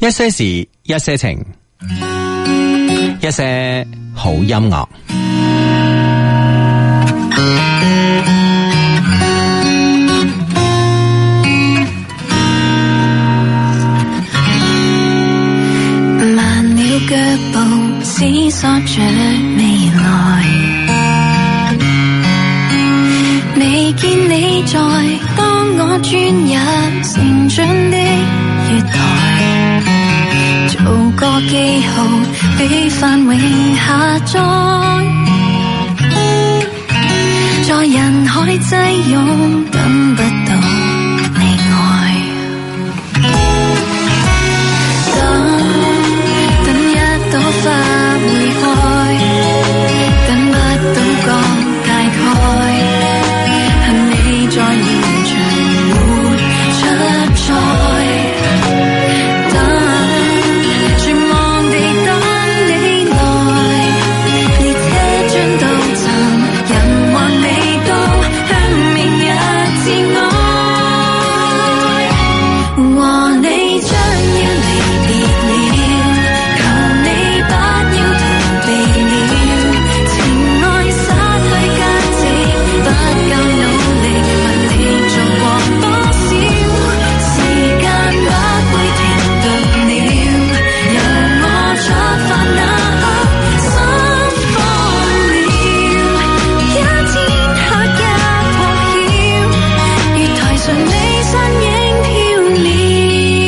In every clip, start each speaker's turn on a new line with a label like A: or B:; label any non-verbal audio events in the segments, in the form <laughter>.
A: 一些事，一些情，一些好音樂。
B: 慢了腳步，思索着未來。未見你在，當我轉入成長的月台，做個記號，被繁榮下載。在人海擠擁，等不到你愛。等等一朵花會開，等不到個大概，恨你在現場沒出賽。等絕望地等你來，列車進到站，人還未到，向明日致愛。和你將要離別了，求你不要逃避了。情愛失去價值，不夠努力，為你做過多少？時間不會停頓了，由我出發那刻，心放了，一天下一破曉。月台上你身影飄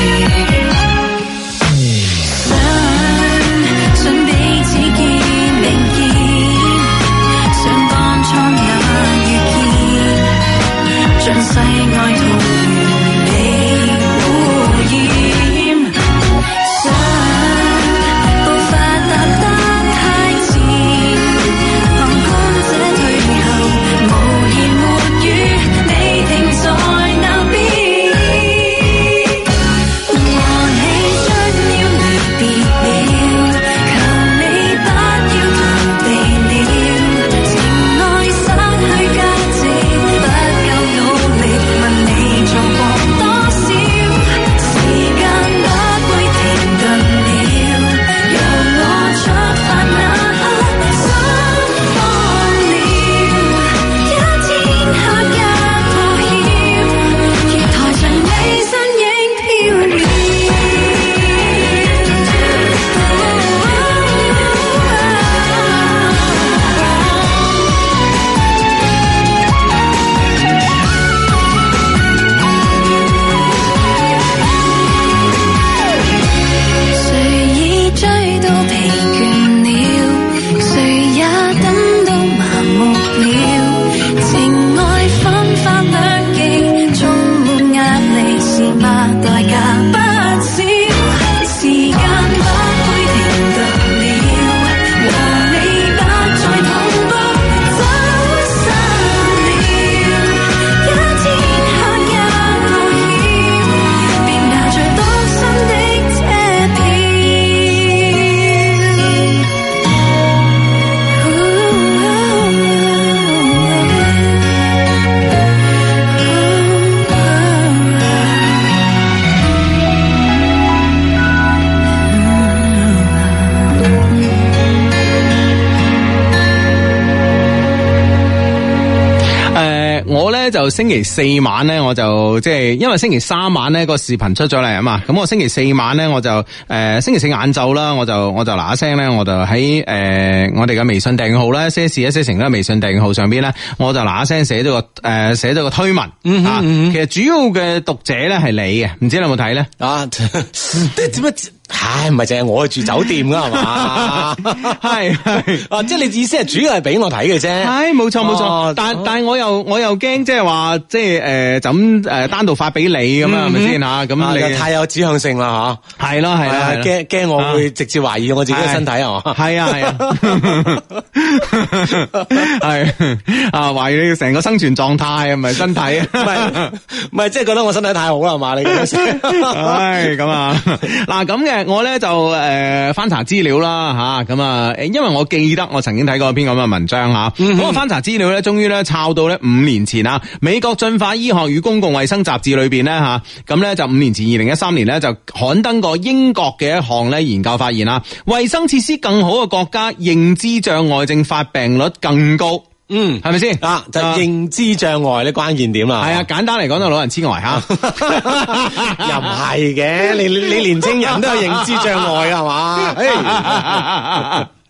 B: 了，想想彼此見明見，想當初那遇見。將世外桃源你污染，想步伐踏得太前，旁觀者退後，無言沒語，你停在那邊。和你將要離別了，求你不要逃避了。情愛失去價值，不夠努力，問你做過多少？時間不會停頓了，由我出發那刻，心放了，一天下一破曉，月台上你身影飄了。誰已追到疲倦了？誰也等到麻木了？情愛分化兩極，充滿壓力，是物代價不少。時間不會停頓了，和你不再同步，走散了，一天下一個曉。便拿着當新的車票。
A: 誒、呃我咧就星期四晚咧，我就即係因為星期三晚咧個視頻出咗嚟啊嘛，咁我星期四晚咧我就誒、星期四晏晝啦，我就我就嗱嗱聲咧，我就喺誒、呃我哋嘅微信訂閱號啦，一些事一些情嘅微信訂閱號上邊咧，我就嗱嗱聲寫咗個誒寫咗個推文、啊，其實主要嘅讀者咧係你嘅，唔知你有冇睇咧？
C: 啊，即係點解？唉，唔係淨係我住酒店噶係嘛？
A: 係係。
C: <laughs> 啊，即係你意思係主要係俾我睇嘅 <laughs> 啫。
A: 係冇錯冇錯
C: 哦，
A: 但但係我又我又驚即係話即係誒就咁呃誒單獨發俾你咁啊，係咪先吓？
C: 啊，
A: 咁
C: 又
A: 你
C: 太有指向性啦
A: 係咯
C: 吓，
A: 係
C: 係
A: 啦
C: 啊，，驚驚我會直接懷疑我自己嘅身體啊嘛。
A: 係啊係
C: <laughs>
A: <laughs> 啊，係啊，懷疑你成個生存狀態啊，唔係身體
C: 唔係
A: 啊。
C: 唔係，即係覺得我身體太好啦係嘛？你咁樣寫
A: <laughs> 唉，咁啊，嗱咁嘅，咧我咧就诶、呃翻查資料啦吓，咁啊，誒因為我記得我曾經睇過篇咁嘅文章吓，
C: 嗯
A: 咁、我翻查資料咧，終於咧抄到咧五年前啊，美國進化醫學與公共衛生雜誌裏边咧吓，咁咧就五年前二零一三年咧就刊登過英國嘅一項咧研究發現啦，衛生設施更好嘅國家，認知障礙症發病率更高，
C: <laughs> 嗯，
A: 係咪先？
C: 啊，就係認知障礙呢關鍵點啦。
A: 系啊，，簡單嚟講就老人痴呆
C: <laughs>
A: 吓。 <laughs>
C: 又唔係嘅，你你你年青人都有認知障礙係嘛？唉 <laughs>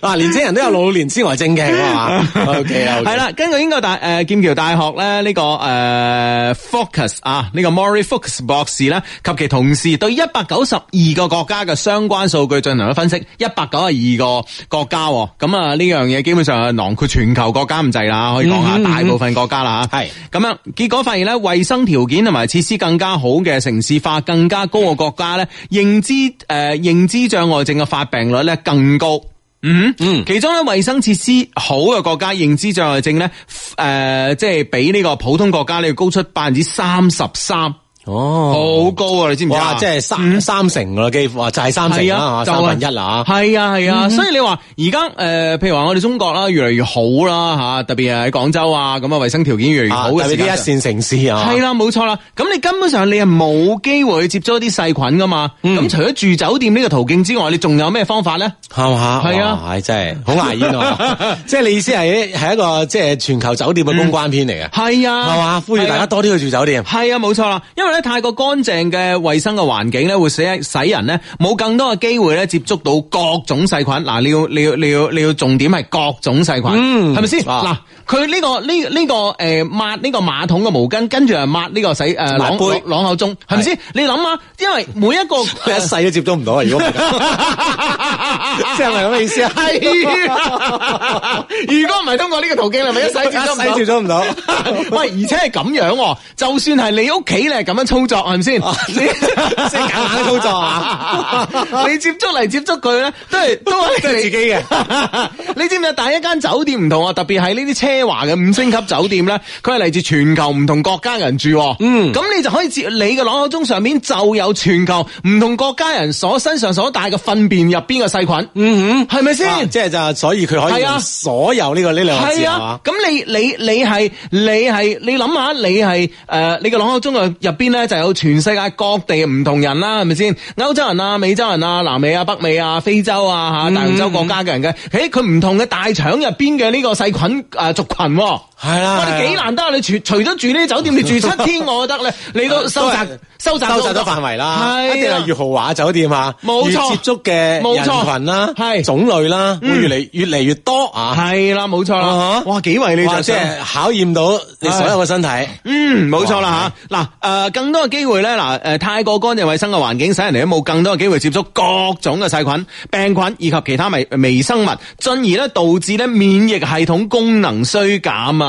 C: 啊，年青人都有老年痴呆症嘅係嘛？OK
A: <laughs>
C: 啊，
A: 系啦，根據英國大诶、劍橋大學咧呢、個个呃 Focus 啊，呢、個 Murray Focus 博士咧及其同事對一百九十二個國家嘅相關數據進行咗分析，一百九十二個國家喎，咁啊呢樣嘢基本上係囊括全球國家唔滯啦，可以講下嗯大部分國家啦吓。
C: 係
A: 咁樣結果發現咧，衛生條件同埋設施更加好嘅城市化更加高嘅國家咧，認知诶、呃、认知障礙症嘅發病率咧更高。嗯，嗯，其中咧衛生設施好嘅國家認知障礙症咧，诶、即係比呢個普通國家呢高出百分之三十三，
C: 哦，
A: 好高啊！你知唔知啊？
C: 哇，即係三三成噶啦，幾乎啊，就係三成
A: 係
C: 啦，三分一嗯啦嚇。
A: 系啊系啊，所以你話而家诶，誒譬如話我哋中國啦，越嚟越好啦吓，特別係喺廣州啊，咁啊衛生條件越嚟越好
C: 啊
A: 嘅
C: 特別
A: 時
C: 啲
A: 間
C: 一
A: 上
C: 線城市啊，
A: 系啦，冇錯啦。咁你根本上你係冇機會去接觸一啲細菌噶嘛。
C: 嗯
A: 咁、除咗住酒店呢個途徑之外，你仲有咩方法咧？
C: 係嘛？
A: 係啊
C: 哇，唉真係好牙煙
A: <laughs>
C: 啊！即係你意思係係一個即係全球酒店嘅公關片嚟嘅，
A: 係啊，
C: 係嘛？呼籲大
A: 係
C: 家
A: 啊
C: 多啲去住酒店。
A: 係啊，冇錯啦，因為咧太過乾淨嘅衛生嘅環境咧，會使使人咧冇更多嘅機會咧接觸到各種細菌。嗱，你要你要你要你要重點係各種細菌，
C: 嗯
A: 係咪先？嗱
C: 啊，
A: 佢呢、個呢呢、個誒、呃抹呢個馬桶嘅毛巾，跟住又抹呢個洗誒
C: 抹
A: 朗
C: 杯
A: 朗朗口中，係咪先？你諗下，因為每一個
C: <laughs>
A: <laughs>
C: 佢一世都接觸唔到啊！如果唔係咁 <laughs> 即係咪咁嘅意思啊？
A: 係啊！如果唔係通過呢個途徑，你咪一世接觸唔到
C: 一世接觸唔到
A: 喂，而且係咁樣喎，就算係你屋企你係咁樣操作，係咪先？你
C: <laughs> 即係夾硬操作啊！
A: <laughs> 你接觸嚟接觸佢咧，都
C: <laughs>
A: 係都係
C: 都係自己嘅。
A: <laughs> 你知唔知？但係一間酒店唔同啊，特別係呢啲奢華嘅五星級酒店咧，佢係嚟自全球唔同國家嘅人住喎。
C: 嗯
A: 咁你就可以接你嘅朗口中上面就有全球唔同國家人所身上所帶嘅糞便入邊嘅細菌。
C: 嗯
A: 係咪先？
C: 啊即係就所以佢可以
A: 係啊
C: 用所有呢個呢兩個字
A: 係
C: 係
A: 啊
C: 嘛，？
A: 咁你你你係你係你諗下，你係诶、呃你嘅朗口中嘅入邊咧，就有全世界各地唔同人啦，係咪先？歐洲人啊、美洲人啊、南美啊、北美啊、非洲啊吓，大洋
C: 嗯
A: 洲國家嘅人嘅，诶佢唔同嘅大腸入邊嘅呢個細菌诶、呃族群、喎。
C: 係啦
A: 我
C: 係啦
A: 哋幾難得啊！你除除咗住呢啲酒店，你住七
C: <laughs>
A: 天，我覺得咧，你都收窄收窄
C: 收窄咗範圍啦，一
A: 系
C: 定係越豪華酒店啊，
A: 冇
C: 越
A: 錯
C: 接觸嘅
A: 冇
C: 人
A: 錯
C: 群啦，
A: 係
C: 種類啦，會越嚟越嚟越多啊！
A: 係啦，冇錯
C: 啊
A: 啦
C: 哈，
A: 哇，幾為你
C: 哇
A: 着
C: 即
A: 想。
C: 係考驗到你所有嘅身體，
A: 嗯，冇錯啦吓，嗱，诶，更多嘅機會咧，嗱，诶，太過乾淨衛生嘅環境，使人哋都冇更多嘅機會接觸各種嘅細菌、病菌以及其他微微生物，進而咧導致咧免疫系統功能衰減啊！
C: 哦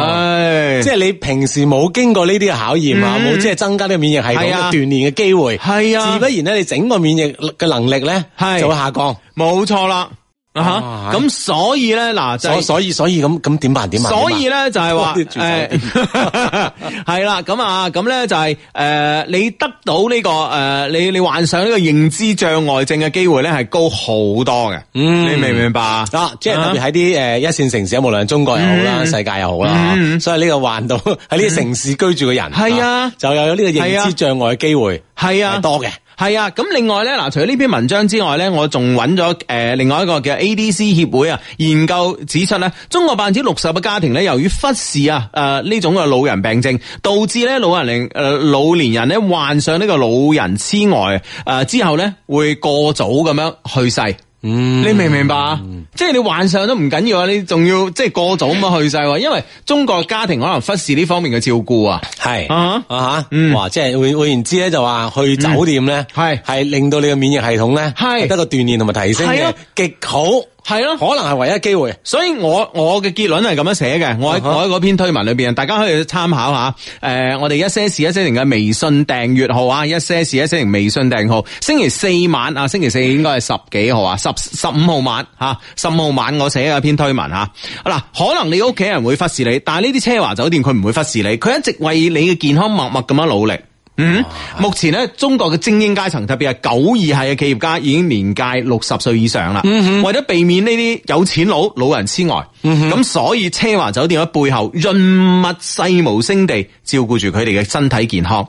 A: 唉，
C: 即係你平時冇經過呢啲嘅考驗啊，冇即係增加呢個免疫系統
A: 係啊
C: 嘅鍛鍊嘅機會，
A: 係啊
C: 自不然咧，你整個免疫嘅能力咧
A: 係
C: 就會下降。
A: 冇錯啦，啊
C: 啊
A: 吓，咁所以咧，嗱，就係
C: 所所以所以咁咁點辦點辦？
A: 所以
C: 點辦
A: 咧就係
C: <laughs>
A: 話
C: 多啲住
A: 誒 <laughs> 係啦，咁啊咁咧就係、誒、你得到呢、個誒、你你患上呢個認知障礙症嘅機會咧係高好多嘅，
C: 嗯
A: 你明唔明白啊？
C: 啊，即係特別喺啲誒一線城市，無論係中國又好啦，
A: 嗯
C: 世界又好啦，所以呢個患到 <laughs> 喺呢啲城市居住嘅人，
A: 係啊
C: 就有呢個認知障礙嘅機會
A: 係啊
C: 係。多嘅。
A: 係啊，咁另外咧，嗱，除咗呢篇文章之外咧，我仲揾咗誒另外一個叫 ADC 協會啊，研究指出咧，中國百分之六十嘅家庭咧，由於忽視啊誒呢、種嘅老人病症，導致咧老人令誒、呃老年人咧患上呢個老人痴呆誒、呃之後咧會過早咁樣去世。
C: 嗯
A: 你明唔明白啊？即係你患上都唔緊要啊，你仲要即係過早咁樣去世喎，因為中國家庭可能忽視呢方面嘅照顧啊。
C: 係
A: 啊
C: 啊
A: 嗯嗯
C: 吓，哇！即係換換言之咧，就話去酒店咧，
A: 係
C: 係令到你嘅免疫系統咧，
A: 係
C: 得個鍛鍊同埋提升
A: 係啊
C: 嘅極好，
A: 係咯
C: 可能係唯一機會。
A: 所以我我嘅結論係咁樣寫嘅，我喺、
C: 啊哈
A: 我喺嗰篇推文裏邊，大家可以參考下。誒、我哋一些事一些情嘅微信訂閱號啊，一些事一些情微信訂號，星期四晚啊，星期四應該係十幾號啊，十十五號晚嚇，十五號晚我寫嘅篇推文嚇。嗱、可能你屋企人會忽視你，但係呢啲奢華酒店佢唔會忽視你，佢一直為你嘅健康默默咁樣努力。嗯，
C: 啊
A: 目前咧中國嘅精英階層，特別係九二系嘅企業家已經年屆六十歲以上啦。
C: 嗯
A: 為咗避免呢啲有錢佬老人痴呆，咁、所以奢華酒店喺背後潤物細無聲地照顧住佢哋嘅身體健康。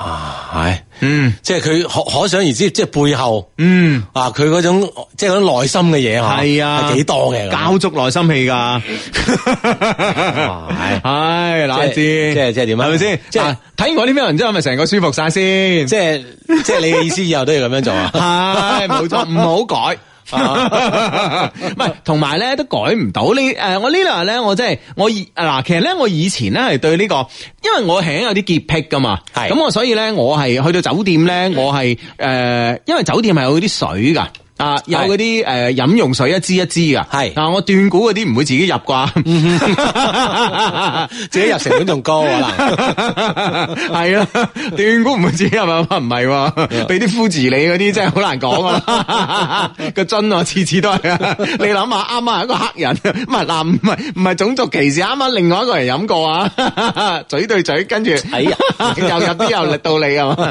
C: 系，嗯，即係佢可可想而知，即係背後，嗯，啊，佢嗰種即係嗰種內心嘅嘢吓，
A: 係啊
C: 係幾多嘅，
A: 交足內心氣
C: <laughs>
A: 噶，唉，乃
C: 即
A: 至
C: 係即係即係點啊
A: 係咪先？
C: 即係
A: 嗱睇完我呢篇文章，係咪成個舒服晒先？？
C: 即係即係你嘅意思，以後都要咁樣做啊
A: <laughs> 系冇错， <laughs> 唔好改。唔系，同埋咧都改唔到呢。诶、我呢兩日咧，我真係我以嗱，其實咧我以前咧係對呢、個，因為我係有啲潔癖噶嘛，
C: 係
A: 咁我所以咧我係去到酒店咧，我係诶、誒因為酒店係有啲水噶。啊，有嗰啲誒飲用水一支一支噶，
C: 係嗯
A: 啊，我斷估嗰啲唔會自己入 <laughs> 啩，
C: <laughs> 自己入成本仲高啊可
A: <laughs>
C: 能。
A: 系啦，斷啊估唔會自己入啊嘛，唔係喎，俾啲夫字你嗰啲真係好難講
C: <laughs>
A: 啊！個真我次次都係啊， <laughs> 你諗下，啱啱係一個黑人，唔係嗱，唔係唔係種族歧視，啱啱另外一個人飲過啊， <laughs> 嘴對嘴，跟住
C: 哎呀
A: <laughs> 又入啲又到你啊
C: <laughs>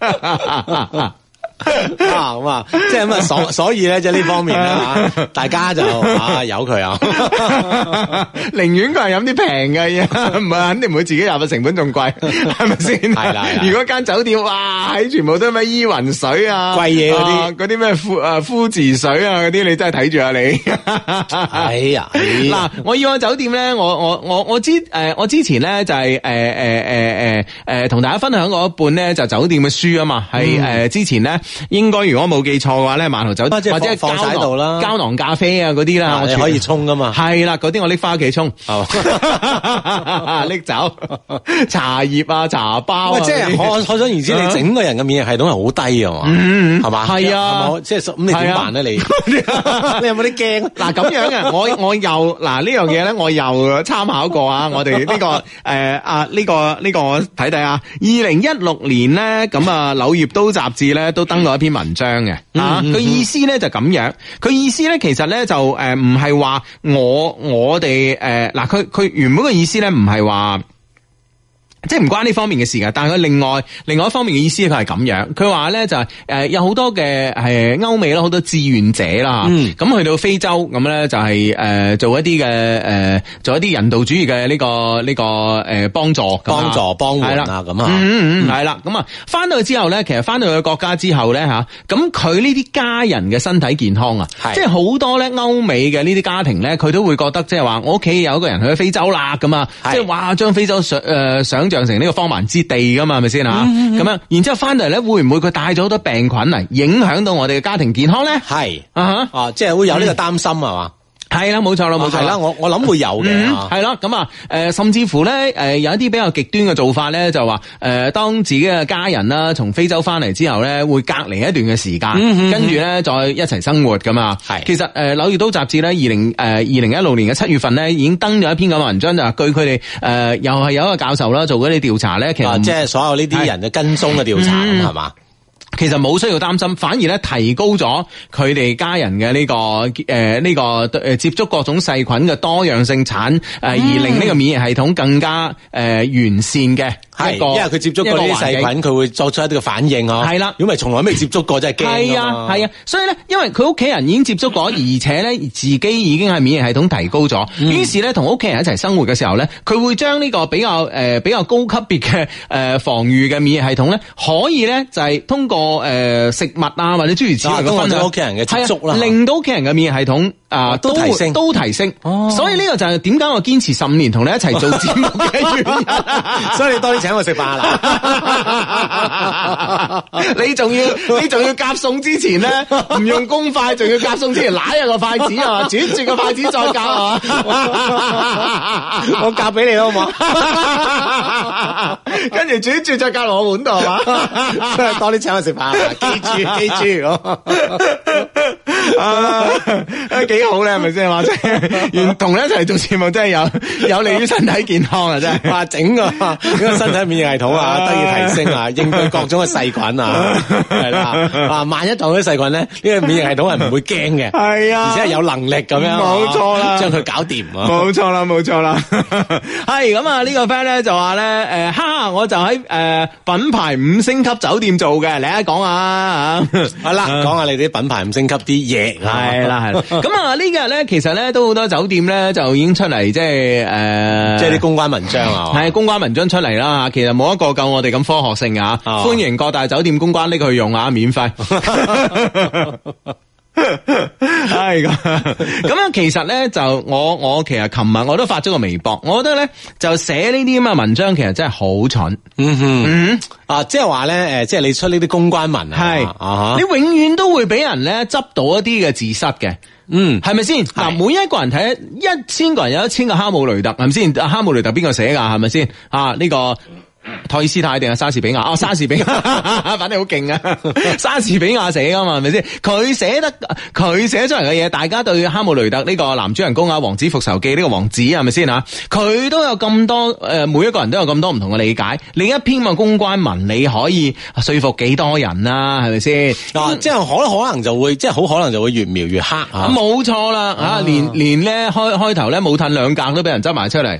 A: 嘛。
C: 啊咁啊，即係咁啊，
A: <laughs>
C: 所所以咧，即係呢方面啦，啊大家就啊由佢啊，
A: <laughs> 寧願佢係飲啲平嘅 <laughs> 嘢，唔係肯定唔會自己入啊，成本仲
C: <laughs>
A: 貴，係咪先？
C: 係啦係啦
A: 如果間酒店哇，喺全部都係咩依雲水啊，
C: 貴嘢嗰啲
A: 啊嗰啲咩富啊富士水啊嗰啲，你真係睇住啊你。 <laughs>
C: 哎呀，哎
A: 嗱
C: 呀，
A: 我以往酒店咧，我我我我之诶，我之前咧就係诶诶诶诶诶，同大家分享過一本咧就酒店嘅書啊嘛，係诶之前咧應該如果冇記錯嘅話咧，萬豪酒
C: 嗯啊即係
A: 或者係
C: 放放晒
A: 膠
C: 喺度啦
A: 囊膠囊咖啡啊嗰啲啦，我
C: 哎你
A: 全
C: 可以沖噶
A: <laughs>
C: 嘛，啊
A: 系啦，嗰啲我拎翻屋企沖， <laughs>
C: 係嘛。
A: 拎走茶葉啊、茶包啊
C: 喂，
A: 嗰啲，
C: 即係我我想而知，你整個人嘅免疫系統係好低啊嘛，係嘛？
A: 嗯係啊
C: 係咪即係咁你點辦
A: <laughs>
C: 咧？你 <laughs> 你有冇啲驚？
A: <laughs> 嗱咁樣嘅，我我又嗱呢樣嘢咧，我又參考過
C: <laughs>
A: 啊！我哋呢、個誒、呃啊呢、個呢、個我睇睇啊，二零一六年咧咁啊《柳葉刀》雜誌咧都登咗一篇文章嘅
C: 嗯
A: 啊，佢意思咧就咁樣，佢意思咧其實咧就誒唔係話我我哋誒嗱佢佢原本嘅意思咧唔係話。即係唔關呢方面嘅事㗎，但係佢另外另外一方面嘅意思，佢係咁樣，佢話咧就係、呃有好多嘅係歐美啦，好多志願者啦，
C: 嗯
A: 咁、去到非洲咁咧就係、呃做一啲嘅誒做一啲人道主義嘅呢、個呢、個誒、呃、幫助咁啊
C: 幫助幫
A: 係
C: 援
A: 啦
C: 啊咁啊
A: 嗯嗯嗯，係啦，咁啊翻到去之後咧，其實翻到去國家之後咧吓，咁佢呢啲家人嘅身體健康啊，
C: 係
A: 即係好多咧歐美嘅呢啲家庭咧，佢都會覺得即係話我屋企有一個人去咗非洲啦咁啊，
C: 係
A: 即係哇將非洲想誒、呃想像成呢個荒蠻之地噶嘛，係咪先嚇？咁樣，然之後翻嚟咧，會唔會佢帶咗好多病菌嚟影響到我哋嘅家庭健康咧？
C: 係
A: 啊
C: 啊，即係會有呢個擔心係嘛？
A: 哈，啊係啦，冇錯啦，冇
C: 冇
A: 錯
C: 係啦，我我諗會有嘅
A: 嗯，
C: 啊。
A: 係啦，咁啊，誒，甚至乎咧，誒，有一啲比較極端嘅做法咧，就話誒，當自己嘅家人啦，從非洲翻嚟之後咧，會隔離一段嘅時間，跟住咧再一齊生活噶嘛。
C: 嗯係
A: 其實誒，呃《柳葉刀》雜誌咧，二零誒呃二零一六年嘅七月份咧，已經登咗一篇咁嘅文章，就係據佢哋誒又係有一個教授啦，做嗰啲調查咧，其實
C: 啊
A: 唔
C: 即係所有呢啲人嘅跟蹤嘅調查
A: 嗯
C: 咁係嘛？
A: 其實冇需要擔心，反而咧提高咗佢哋家人嘅呢、個誒呢、個誒接觸各種細菌嘅多樣性產誒、而令呢
C: 嗯
A: 個免疫系統更加誒、呃完善嘅
C: 係，
A: 一個，
C: 因為佢接觸過呢啲
A: 一個環
C: 細
A: 境。
C: 菌，佢會作出一啲嘅反應啊。
A: 係啦
C: 如果咪從來未接觸過，真係驚
A: 係啊，係啊，所以咧，因為佢屋企人已經接觸過，而且咧自己已經係免疫系統提高咗，
C: 嗯
A: 於是咧同屋企人一齊生活嘅時候咧，佢會將呢個比較诶、呃比較高級別嘅诶防禦嘅免疫系統咧，可以咧就係通過诶、呃食物啊或者諸如此類
C: 啊
A: 嘅
C: 通過
A: 分
C: 對
A: 享，
C: 屋企人嘅接觸啦
A: 係啊令到屋企人嘅免疫系統啊、
C: 哦都
A: 會
C: 提升
A: 都提升。 <laughs> 所以呢個就係點解我堅持十五年同你一齊做節目嘅原 <laughs> 因。
C: <laughs> 所以你多啲請我食飯啊
A: <laughs>
C: 啦。
A: 你仲要你仲要夾餸之前 <laughs> 咧，唔用公筷，仲要夾餸之前揦下個筷子 <laughs> 啊，轉住個筷子再夾 <laughs> 啊！
C: 我夾俾你好唔好？
A: 跟住轉住再夾落我碗度係嘛？
C: <laughs>
A: <laughs>
C: 啊多啲請我食飯啦，記住記住。
A: 啊 <laughs> 啊几好咧，系咪
C: <laughs>
A: 先？话即系原同你一齐做节目，真系有有利于身体健康啊！真系。
C: <laughs> 哇！整個整個身體免疫系統
A: <laughs>
C: 啊，得以提升啊，應對各種嘅細菌啊，係啦，啊，萬一撞到啲細菌咧，呢個免疫系統係唔會驚嘅，
A: 係啊
C: 而且係有能力咁樣，
A: 冇錯啦
C: 將佢搞掂
A: <laughs>
C: 啊，
A: 冇錯啦，冇錯
C: <laughs>
A: 啦， <laughs> 係咁啊！呢個 friend 咧就話咧，诶，哈哈，我就喺诶品牌五星級酒店做嘅，你一講啊吓。
C: 好啦，講下你啲品牌五星級啲嘢，
A: 系
C: <laughs>
A: 啦系啦，咁啊呢幾日咧，其實咧都好多酒店咧就已經出嚟，即係诶，
C: 即係啲公關文章啊，
A: 系公關文章出嚟啦吓，其實冇一個夠我哋咁科學性
C: <laughs>
A: 啊！
C: 啊
A: 歡迎各大酒店公關拎佢用啊，免
C: <laughs>
A: 費。系咁，咁樣其實咧就我我其實琴日我都發咗個微博，我覺得咧就寫呢啲咁嘅文章其實真係好蠢，
C: 嗯哼，啊，即係話咧，诶，即係你出呢啲公關文啊，
A: 係
C: 啊
A: 你，永遠都會俾人咧執到一啲嘅自失嘅。
C: 嗯，
A: 係咪先？嗱，每一個人睇一千個人有一千個哈姆雷特，係咪先？啊哈姆雷特邊個寫㗎？係咪先？啊，呢、個托爾斯泰定係莎士比亞？哦，莎士比亞， <laughs> 反正好勁啊！莎士比亞寫㗎嘛，係咪先？佢寫得佢寫出嚟嘅嘢，大家對哈姆雷特呢個男主人公啊，《王子復仇記》呢個王子係咪先啊？佢都有咁多诶、呃每一個人都有咁多唔同嘅理解。你一篇嘅公關文，你可以說服幾多人啊？係咪先？
C: 啊，即係可可能就會，即係好可能就會越描越黑啊。
A: 冇錯啦，啊，連連咧開开头咧冇褪兩格都俾人執埋出嚟，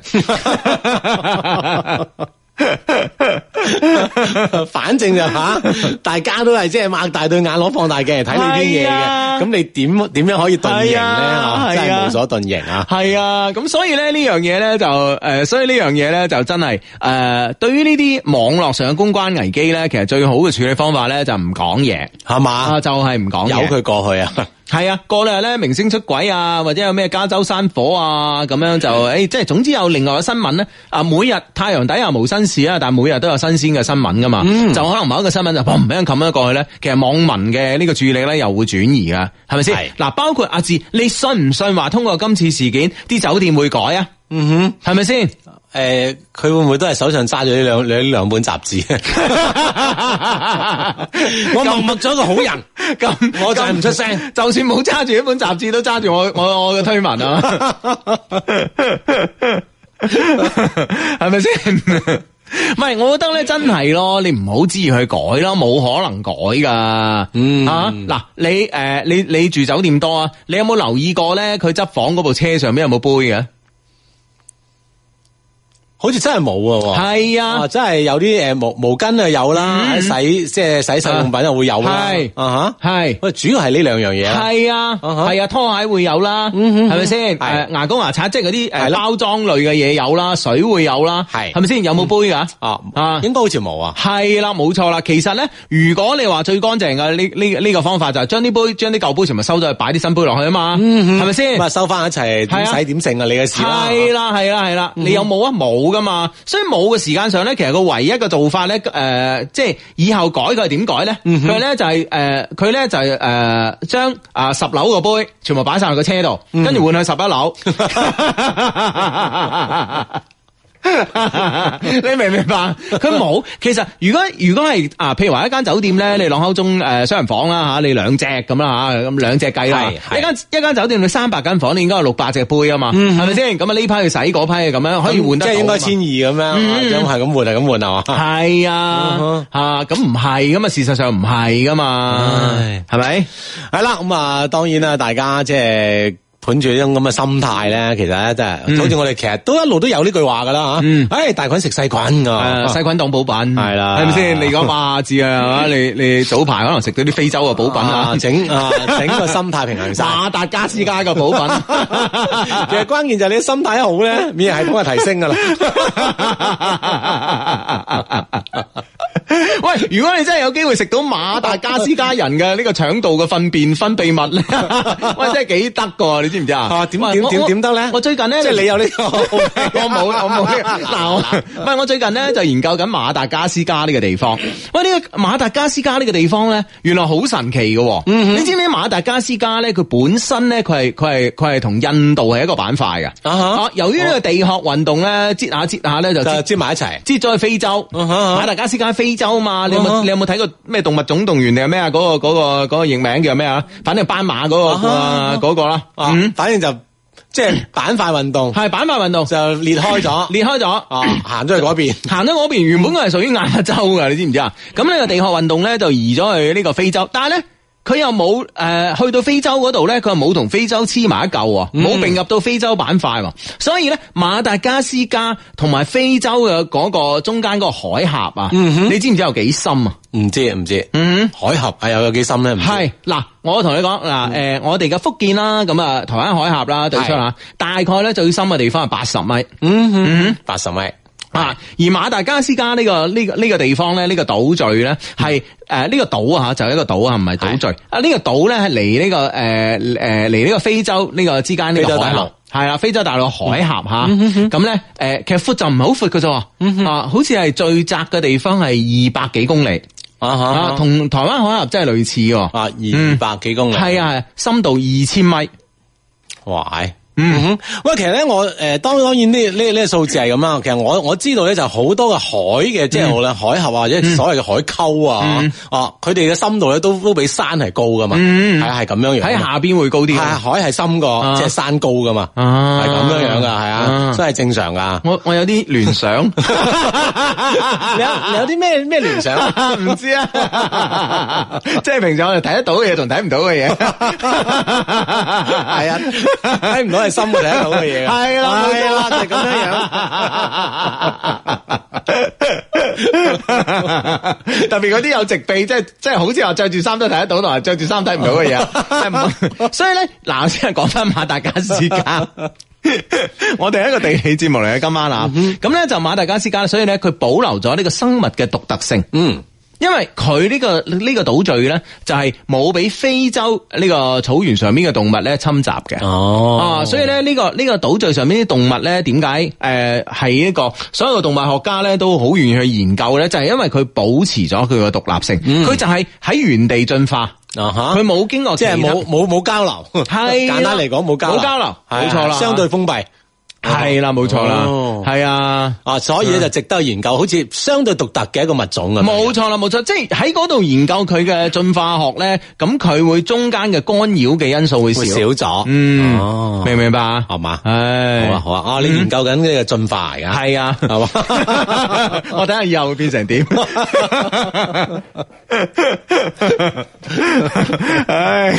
C: <laughs> 反正就吓、大家都係即係擘大對眼攞放大鏡嚟睇呢啲嘢
A: 係啊
C: 嘅，咁你點點樣可以遁形咧？
A: 係啊係
C: 嚇真係
A: 啊
C: 無所遁形啊！
A: 係啊，咁所以咧呢樣嘢咧就诶、呃所以呢樣嘢咧就真係诶、呃，对于呢啲網絡上嘅公關危機咧，其實最好嘅處理方法咧就唔講嘢，
C: 係嘛
A: 啊，，就係唔講
C: 由
A: 嘢。
C: 佢過去
A: <laughs>
C: 啊！
A: 係啊，過兩日咧明星出軌啊，或者有咩加州山火啊，咁樣就诶、即係總之有另外嘅新聞咧。啊，每日太陽底下無新事啊，但每日都有新鮮嘅新聞噶嘛，就可能某一個新聞就砰一聲冚啊咗過去咧。其實網民嘅呢個注意力咧又會轉移噶，係咪
C: 係
A: 先？嗱，包括阿志，你信唔信話通過今次事件，啲酒店會改啊？
C: 嗯
A: 係咪先？
C: 哼，诶、佢會唔會都係手上揸住呢兩兩兩本雜
A: <laughs>
C: 誌？我默默咗一個好人，
A: <laughs> 咁
C: 我就係唔出聲，
A: 就算冇揸住一本雜誌，都揸住我我我嘅推文啊，係咪先？唔係，我覺得咧真係咯，你唔好旨意去改咯，冇可能改噶。
C: 嗯
A: 啊，嗱，你诶、呃你你住酒店多啊？你有冇留意過咧？佢執房嗰部車上面有冇杯嘅？
C: 好似真係冇啊！
A: 係啊
C: 啊，真係有啲诶毛毛巾啊有啦，
A: 嗯啊
C: 洗即係洗手用品又會有啦
A: 係，
C: 啊吓，
A: 係。
C: 喂，主要係呢兩樣嘢啦，
A: 系啊，
C: 啊哈
A: 系啊，拖鞋會有啦，
C: 嗯哼
A: 係咪先？
C: 係
A: 誒牙膏牙刷即係嗰啲
C: 係
A: 诶
C: 咯
A: 包裝類嘅嘢有啦，水會有啦，
C: 係
A: 係咪先？有冇杯㗎？
C: 啊
A: 啊
C: 應該好似冇啊。
A: 係啦，冇錯啦。其實咧，如果你話最乾淨嘅呢呢呢个方法就係將啲杯將啲舊杯全部收咗去，擺啲新杯落去啊嘛，係咪先
C: 咁？啊收翻一齊點
A: 係啊
C: 洗點剩啊，你嘅事啦。嗯
A: 係啦，係啦，係啦，你有冇啊？冇噶嘛，所以冇嘅時間上咧，其實個唯一嘅做法咧，誒、即係以後改佢係點改咧？
C: 嗯
A: 佢咧、就係、誒，佢、咧就係、誒，將啊十樓個杯全部擺晒落個車度，
C: 嗯
A: 跟住換去十一樓。
C: <laughs>
A: <laughs> 你明唔明白？佢冇，其實如果如果係啊，譬如話一間酒店咧，你朗口中诶雙人房啦吓，你兩隻咁啦吓，咁兩隻計啦
C: 係，係
A: 一間一間酒店你三百間房，你應該有六百隻杯啊嘛，係咪先？咁啊呢批去洗，嗰批去咁樣可以換得
C: 嗯即係應
A: 到
C: 該
A: 啊嘛
C: 千二咁樣，咁係咁換啊係咁換係 <laughs> 嘛？
A: 係
C: 嗯哼
A: 啊，吓咁唔係噶嘛，事實上唔係噶嘛
C: 唉，
A: 係咪？
C: 係啦，咁啊，當然啦，大家即係。盤住呢種咁嘅心態咧，其實咧真係，好似我哋其實都一路都有呢句話噶啦
A: 嗯
C: 嚇。唉，大菌食細菌啊
A: 誒
C: 㗎，
A: 細菌當補品
C: 哦係啦
A: 係咪先？你講八字啊，係
C: <laughs>
A: 嘛？你你早排可能食到啲非洲嘅補品啊
C: 啊，，整啊 <laughs> 整個心態平衡晒。
A: 馬達加斯加嘅補品。
C: <laughs> 其實關鍵就係你心態一好咧，免疫系統就提升㗎啦。 <laughs>
A: <laughs> 喂，如果你真係有機會食到馬達加斯加人嘅呢個腸道嘅糞便分泌 <laughs> 物咧，喂，真係幾得噶，你知唔知啊？
C: 啊點
A: 喂
C: 點
A: 我
C: 點
A: 我
C: 點得咧
A: 我最近咧，
C: 即係你有呢
A: <laughs>
C: 個，
A: 我冇啦，我冇呢個。嗱，我唔係我最近咧就研究緊馬達加斯加呢個地方。喂，呢、個馬達加斯加呢個地方咧，原來好神奇嘅喎。
C: 嗯
A: 你知唔知馬達加斯加咧？佢本身咧，佢係佢係佢係同印度係一個板塊嘅。
C: 啊哈
A: 由於呢個地殼運動咧，擠下擠下咧就
C: <laughs> 就
A: 擠
C: 接埋一齊。
A: 擠咗去非洲，
C: 啊哈
A: 馬達加斯加喺非洲嘛，啊！你有
C: 啊哈
A: 冇你有冇睇過咩《動物總動員》定係咩啊？嗰個嗰個嗰個譯名叫咩啊？反正斑馬嗰個啊嗰個啦，
C: 啊
A: 嗯，，
C: 反正就即係板塊運動
A: 係板馬運動
C: 就裂開 <laughs> 咗，
A: 裂開咗。
C: 啊，行咗去嗰邊。
A: 行咗嗰邊，原本佢係屬於亞洲嘅，你知唔知啊？咁呢個地殼運動咧就移咗去呢個非洲，但係咧佢又冇誒、呃去到非洲嗰度咧，佢又冇同非洲黐埋一嚿喎，冇並入到非洲板塊喎，所以咧馬達加斯加同埋非洲嘅嗰個中間嗰個海峽啊，你知唔知有幾深啊？
C: 唔知唔知，
A: 嗯
C: 海峽係有有幾深咧？唔知
A: 係嗱，我同你講嗱，誒，我哋嘅福建啦，咁啊，台灣海峽啦，對出啊，大概咧最深嘅地方係八十米。
C: 八十米，
A: 啊！而馬達加斯加呢、個呢、個呢、個地方咧，呢、個島嶼咧係誒呢個島啊嚇，就係一個島啊，唔係島嶼啊。呢、個島咧係離呢個誒誒離呢個非洲呢、個之間呢
C: 非
A: 個海
C: 洲大嗯
A: 峽
C: 陸。
A: 係啦，非洲大陸海峽嚇，咁咧誒，其實闊就唔係好闊嘅啫
C: 嗯
A: 喎，啊，好似係最窄嘅地方係二百幾公里，
C: 啊
A: 啊，
C: 哈，
A: 同台灣海峽真係類似嘅
C: 啊
A: 喎，
C: 二百幾公里，
A: 係啊，係深度二千米，
C: 哇！嗯，喂，其實咧，我誒當當然呢呢呢個數字係咁啦。其實我我知道咧，就好多嘅海嘅，即係無論海峽啊，或者所謂嘅海溝啊，啊，佢哋嘅深度咧都都比山係高噶嘛，
A: 嗯
C: 係啊係咁樣樣。
A: 喺下邊會高啲
C: 係
A: 嘅。
C: 啊海係深過
A: 啊
C: 即係山高噶嘛，
A: 啊
C: 係咁樣樣噶，係
A: 啊。
C: 啊，真係正常噶
A: 我我有啲聯
C: <laughs>
A: 想。
C: 你有你有啲咩咩聯想啊？
A: <laughs> 唔知
C: <laughs>
A: 啊，即系平常我哋睇得到嘅嘢同睇唔到嘅嘢，系
C: 係啊，睇唔到係深過睇得到嘅嘢啊。
A: 係啦冇錯
C: 係啦，就係咁樣樣。
A: <laughs> 特別嗰啲有直臂，即係即係好似話着住衫都睇得到，同埋着住衫睇唔到嘅嘢真係唔。所以咧，嗱，我先係講翻馬達加斯加。我哋係一個地理節目嚟嘅今晚啊，咁咧、就馬達加斯加，所以咧佢保留咗呢個生物嘅獨特性。
C: 嗯，
A: 因為佢呢、個呢、個島嶼咧，就係冇俾非洲呢個草原上面嘅動物咧侵襲嘅。
C: 哦
A: 啊，所以咧呢、個呢、個島嶼上面啲動物咧，點解誒係一個所有嘅動物學家咧都好願意去研究咧？就係、因為佢保持咗佢嘅獨立性，佢、就係喺原地進化，
C: 啊哈
A: 佢冇、經過
C: 即係
A: 其他
C: 冇冇冇交流，
A: 係啦
C: 簡單嚟講冇交流，
A: 冇交流
C: 係啊
A: 冇錯啦
C: 相對封閉
A: 係啦，冇錯啦
C: 哦，
A: 係啊。
C: 啊，所以咧就值得研究，好似相對獨特嘅一個物種咁樣。
A: 冇錯啦，冇錯，即係喺嗰度研究佢嘅進化學咧，咁佢會中間嘅干擾嘅因素會少。
C: 會少咗，
A: 嗯，
C: 哦
A: 明唔明白啊？
C: 係嘛
A: 唉，
C: 好啊好啊，啊你研究緊呢個進化嚟㗎，
A: 係啊， <laughs>
C: 係嘛？
A: 我睇下以後會變成點。唉，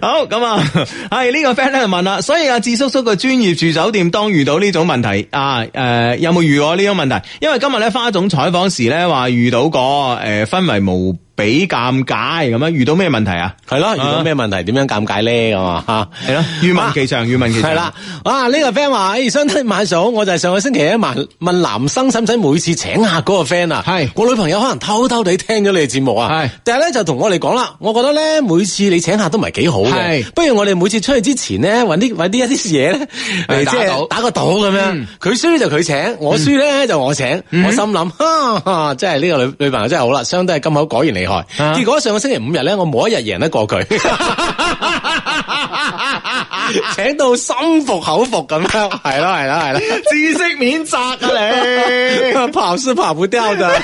A: 好咁啊，係呢、個 friend 咧就問啦，所以阿智叔叔嘅專業住酒店當遇到呢種問題啊，誒、有冇遇過呢種問題？因為今日咧花總採訪時咧話遇到過誒、氛圍無比尷尬咁樣，遇到咩問題啊？
C: 係咯，遇到咩問題點樣尷尬咧咁啊？嚇
A: 係咯，願聞其詳，願聞其詳。
C: 係啦，啊呢、個 friend 話：，誒，相低晚上好，我就係上個星期一問問男生使唔使每次請客嗰個 friend 啊，
A: 係
C: 我女朋友可能偷偷地聽咗你哋節目啊，
A: 係
C: 但係咧就同我哋講啦，我覺得咧每次你請客都唔係幾好嘅
A: 係，
C: 不如我哋每次出去之前咧揾啲揾啲一啲
A: <laughs>
C: 嘢咧嚟
A: 打
C: 即
A: 賭嗯
C: 係打個賭咁樣，佢輸就佢請，我輸咧就我請，我心諗， <laughs> 哈哈，真係呢個女女朋友真係好啦，相低係金口果然厲害，
A: 啊
C: 結果上個星期五日咧，我冇一日贏得過佢。 <laughs> 請到心服口服咁樣，
A: <laughs>
C: 係咯係咯係咯，
A: 知識免責啊你！
C: <laughs> 跑是跑不掉
A: <laughs>
C: 的，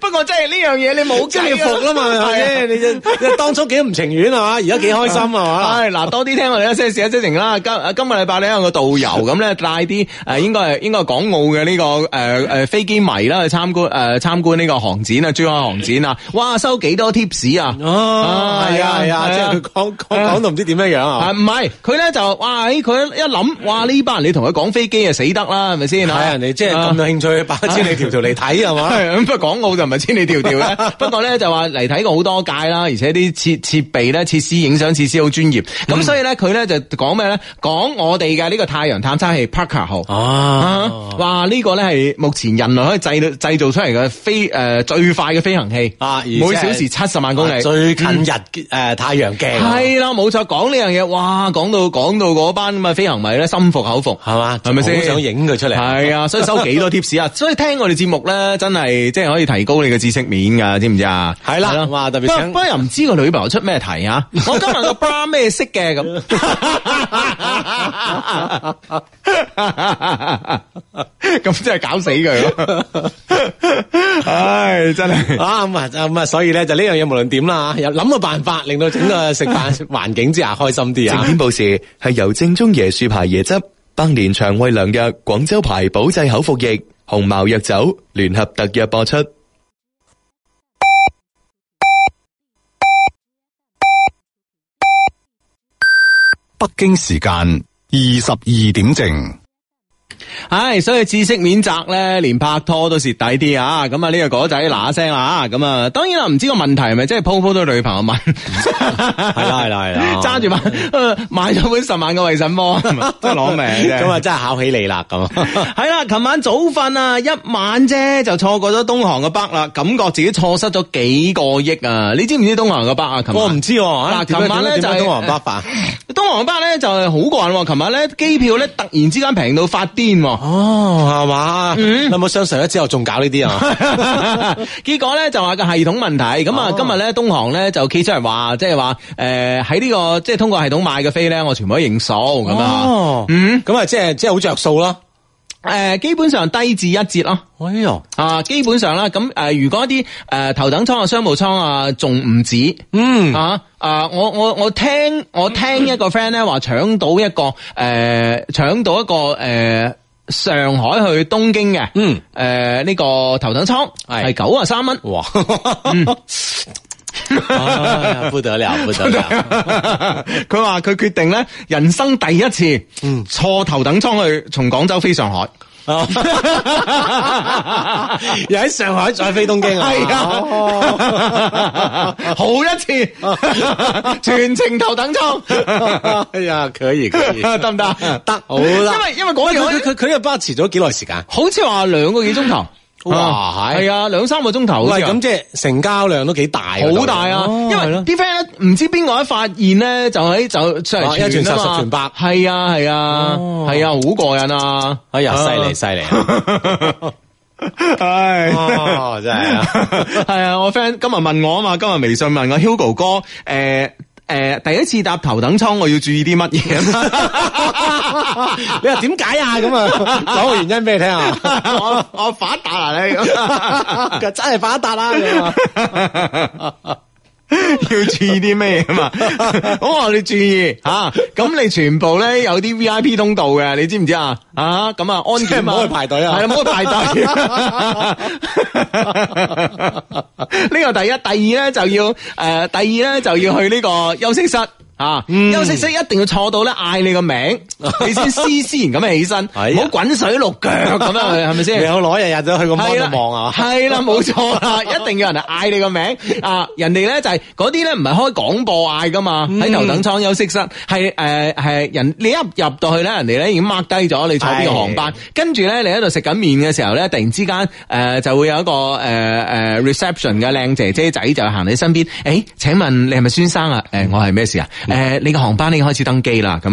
A: 不過真係呢樣嘢你冇啊
C: 即係你服啦嘛，
A: <laughs>
C: 係咪
A: 係啊
C: 先？你就你當初幾唔情願係嘛，而家幾開
A: <laughs>
C: 心係嘛，
A: 唉，嗱，多啲聽我哋一些事一些情啦。今啊今個禮拜咧有個導遊咁咧帶啲誒應該係應該係港澳嘅呢、個誒誒、呃飛機迷啦去參觀誒、呃、參觀呢個航展啊，珠海航展啊，哇收幾多 tips 啊！
C: 哦，係啊係
A: 係啊
C: 啊，即係佢講講講到唔知點樣樣
A: 啊，
C: 啊，
A: 唔係佢咧就哇，咦佢一諗，哇呢班人你同佢講飛機啊死得啦，係咪先
C: 係
A: 啊？
C: 啊，人哋即係咁有興趣，百千里迢迢嚟睇係嘛，
A: 係 <laughs> 咁，不過港澳就唔係千里迢迢
C: <laughs>
A: 嘅，不過咧就話嚟睇過好多屆啦，而且啲設設備咧、設施、影相設施好專業，咁
C: 嗯
A: 所以咧佢咧就講咩咧？講我哋嘅呢個太陽探測器 Parker 號。
C: 哦
A: 啊！
C: 啊
A: 哇！呢、個咧係目前人類可以製造製造出嚟嘅飛誒、呃最快嘅飛行器，
C: 啊而且啊
A: 每小時七十萬公里。
C: 最近日誒太陽鏡
A: 嗯係啦，冇錯，講呢樣嘢，哇！講到講到嗰班咁嘅飛行迷咧，心服口服，
C: 係嘛，
A: 係咪先？
C: 好想影佢出嚟，
A: 系
C: <laughs>
A: 啊，所以收幾多 tips 啊！所以聽我哋節目咧，真係即係可以提高你嘅知識面噶，知唔知啊？
C: 係啦
A: 咯
C: 哇特別
A: 不過
C: 請
A: 不過又唔知個女朋友出咩題
C: <laughs>
A: 啊！我今日個 bra 咩色嘅咁。
C: <laughs>
A: 咁真係搞死佢咯！唉，真系。
C: 啊咁啊咁啊，所以咧就呢樣嘢無論點啦，啊有諗個辦法令到整個食飯環境之下開心啲
D: 正
C: 啊！
D: 點報時係由正宗椰樹牌椰汁、百年腸胃良藥、廣州牌保濟口服液、紅茅藥酒聯合特約播出。
E: 北京時間二十二點正。
A: 唉，所以知識面窄咧，連拍拖都蝕底啲啊！咁啊，呢個果仔嗱聲啦，咁啊，當然啦，唔知個問題係咪即係鋪鋪都女朋友問，係
C: 啦係啦係啦
A: 揸住買呃買咗本十萬個為什麼，真係攞命啫
C: 咁啊，真係考起你啦咁。
A: 系啦，琴晚早瞓啊，一晚啫就錯過咗東航嘅北啦，感覺自己錯失咗幾個億啊！你知唔知東航嘅北啊？琴晚
C: 我唔知喎，
A: 嗱
C: 啊點樣
A: 琴晚咧
C: 點樣
A: 就係
C: 點樣東華北飯
A: 東航北咧就係好過癮喎，琴晚咧機票咧突然之間平到發癲喎。<laughs>
C: <laughs> 哦，係嘛？你有冇相信咗之後仲搞呢啲 <laughs> 啊？
A: 結果咧就話個系統問題，咁啊今日咧東航咧就企出嚟話，即係話诶喺呢個即係通過系統買嘅飛咧，我全部都認數咁啊。
C: 哦，
A: 嗯，
C: 咁啊，即係即係好着數啦。
A: 诶呃基本上低至一折咯。
C: 哎呦，
A: 啊，基本上啦，咁誒、呃如果一啲誒、呃、頭等艙啊、商務艙啊，仲唔止、
C: 嗯，
A: 啊？啊，我我我聽我聽一個 friend 咧話搶到一個誒、呃、搶到一個誒。呃上海去東京嘅，呃
C: 嗯，
A: 誒呢、個頭等艙
C: 係
A: 係九啊三蚊，
C: 哇，嗯 <laughs> 哎呀不得了，不得了，
A: <laughs> 佢話佢決定咧人生第一次坐頭等艙去從廣州飛上海，
C: 哦 <laughs> 又喺上海再飛東京啊！
A: 係啊， <laughs> 好一次， <laughs> 全程頭等艙。
C: <laughs> 哎呀，可以可以，
A: <laughs> 得唔得？
C: 得好
A: 因
C: 啦。
A: 為因為嗰
C: 佢
A: 樣
C: 佢佢呢個巴遲咗幾耐時間？
A: 好似話兩個幾鐘頭，
C: 哇啊係
A: 係啊，兩三個鐘頭好
C: 喂，
A: 似啊，
C: 咁即係成交量都幾大喎，
A: 好大啊！
C: 哦
A: 因為
C: 係咯
A: 啲 friend 唔知邊個一發現咧，就喺就上嚟
C: 哇一傳十
A: 啊嘛
C: 十傳百
A: 係啊係啊
C: 哦
A: 係啊，好過癮啊！
C: 哎呀，犀
A: <laughs>
C: 利犀利啊！
A: 唉
C: 哦，真係啊！
A: 系啊，我 friend 今日問我啊嘛，今日微信問我 Hugo 哥，诶、诶、第一次搭頭等艙，我要注意啲乜
C: <laughs>
A: 嘢？
C: 你話點解啊？咁啊，講個原因俾你聽啊！
A: 我我反打啊你咁。
C: <laughs> 真係發
A: <laughs>
C: 達啦！咁啊
A: 要注意啲咩啊嘛？ <laughs> 我話你注意吓，啊咁、你全部咧有啲 V I P 通道嘅，你知唔知啊？啊，咁啊安
C: 即係
A: 檢
C: 唔
A: 啊
C: 好去排隊啊
A: 係啊，唔好去排隊。
C: <laughs>
A: 呢個第一，第二咧就要诶、呃第二咧就要去呢個休息室。啊！
C: 嗯
A: 休息室一定要坐到咧，嗌你個名，你先斯斯然咁起身，
C: <laughs> 哎
A: 唔
C: 呀
A: 好滾水淥腳咁樣，係咪先？
C: 你有攞日日都去個 mon 度望啊？
A: <laughs> 系啦，冇錯啦，一定要人哋嗌你個名啊！人哋咧就係嗰啲咧唔係開廣播嗌噶嘛，
C: 嗯
A: 喺頭等艙休息室係诶系人你一入到去咧，人哋咧已經 mark 低咗你坐邊個航班，跟住咧你喺度食緊面嘅時候咧，突然之間诶、呃就會有一個诶诶、呃 reception 嘅靚姐姐仔就行你身邊，诶、請問你係咪孫生啊？诶、
C: 嗯
A: 我係咩事啊？诶、你個航班已經開始登機啦，咁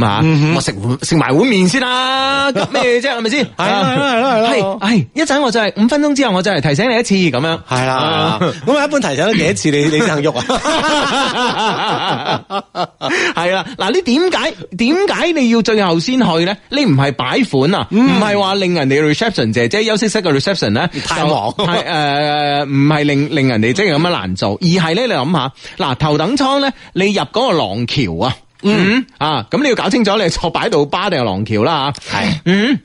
A: 啊，
C: 嗯
A: 我食碗食埋碗面先啦，
C: <laughs>
A: 急咩啫？係咪先？系
C: 係啦係啦係啦係啦
A: 系系，一陣我就係五分鐘之後，我就嚟提醒你一次咁樣。
C: 係啦，係啦咁啊一般提醒咗幾多次你你先肯喐
A: <laughs>
C: 啊？
A: 係啦，啊嗱，你點解點解你要最後先去咧？你唔係擺款啊，
C: 嗯
A: 唔係話令人哋 reception 姐姐休息室嘅 reception 咧
C: 太忙
A: 係诶，唔係令令人哋即係咁樣難做，而係咧你諗下，嗱頭等艙咧，你入嗰個廊橋啊。嗯啊，咁你要搞清楚你係坐擺渡巴定係廊橋啦吓。
C: 係
A: 嗯。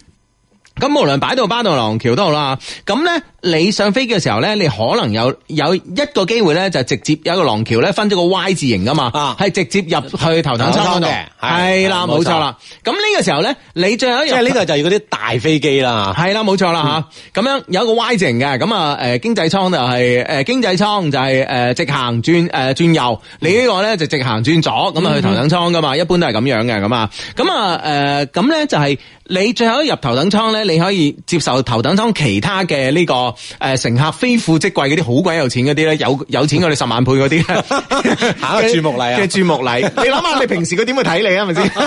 A: 咁無論擺到巴到廊橋都好啦，咁咧你上飛機嘅時候咧，你可能有有一個機會咧，就直接有一個廊橋咧分咗個 Y 字形噶嘛，係、
C: 啊
A: 直接入去頭等艙嗰
C: 頭等
A: 度
C: 艙嘅，係
A: 係啦，
C: 冇
A: 冇
C: 錯
A: 錯啦。咁呢個時候咧，你最後一
C: 即係
A: 入
C: 呢個就要嗰啲大飛機啦。
A: 系啦，冇錯
C: 嗯
A: 啦吓，咁、樣有一個 Y 字形嘅，咁啊诶經濟艙就係诶經濟艙就係呃直行轉诶转右，你呢個咧就直行轉左，咁啊
C: 嗯
A: 去頭等艙噶嘛，一般都係咁樣嘅咁啊，咁啊诶咁咧就係你最後一入頭等艙咧，你可以接受頭等艙其他嘅呢、個个呃乘客非富即貴嗰啲好鬼有錢嗰啲咧，有有錢過你十萬倍嗰啲呢
C: <laughs> 下一個注目禮啊
A: 嘅注目禮，你諗下你平時佢點會睇你啊？係咪先？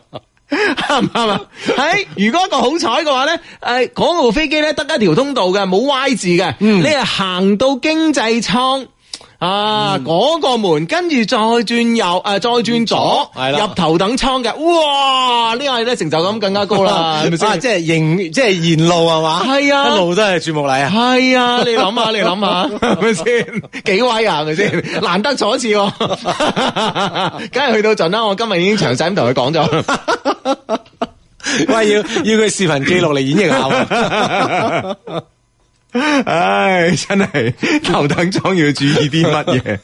A: <laughs> 啱唔啱啊？喺如果一個好彩嘅話咧，诶、嗰嗯部飛機咧得一條通道嘅，冇 Y 字嘅，你係行到經濟艙。啊，嗰個門，跟住再轉右，诶，再轉左，
C: 係啦
A: 入頭等艙嘅，哇！呢個咧成就感更加高 <laughs> 啦，係咪
C: 啊
A: 先？
C: 即系沿即系沿路系嘛？
A: 係啊
C: 一路都系注目禮啊！
A: 系啊，你諗 <laughs> 下，你諗下，係咪先？幾威啊，係咪 <laughs> 先？難得坐一次喎，梗係去到盡啦。我今日已經詳細咁同佢講咗。
C: 喂，要要佢視頻記錄嚟演繹下
A: <laughs>
C: 喎。
A: 唉，真系头等舱要注意啲乜嘢？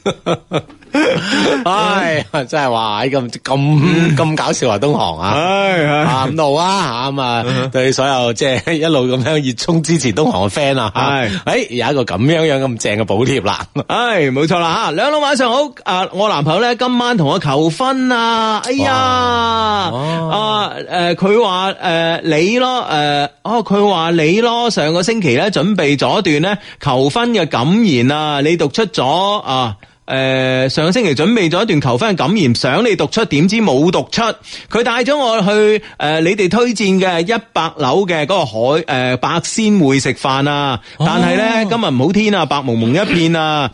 C: 唉，真係話唉咁咁咁搞笑啊！東航啊！
A: <laughs> 唉
C: 啊咁都好啊，
A: 嗯
C: 咁啊，對所有即係一路咁樣熱衷支持東航嘅 friend 啊，
A: 係啊
C: 诶有一個咁樣樣咁正嘅補
A: <laughs>
C: 貼啦，
A: 唉，冇错啦吓，两老晚上好。啊，我男朋友咧今晚同我求婚啊！哎呀，啊诶，佢話诶你咯，诶、哦佢話你咯，上個星期咧準備咗段咧求婚嘅感言啊，你讀出咗啊。诶、上個星期準備咗一段求婚嘅感言，想你讀出，點知冇讀出。佢帶咗我去诶、誒你哋推薦嘅一百樓嘅嗰個海诶、誒百仙匯食飯啊，但係咧、今日唔好天啊，白蒙蒙一片啊，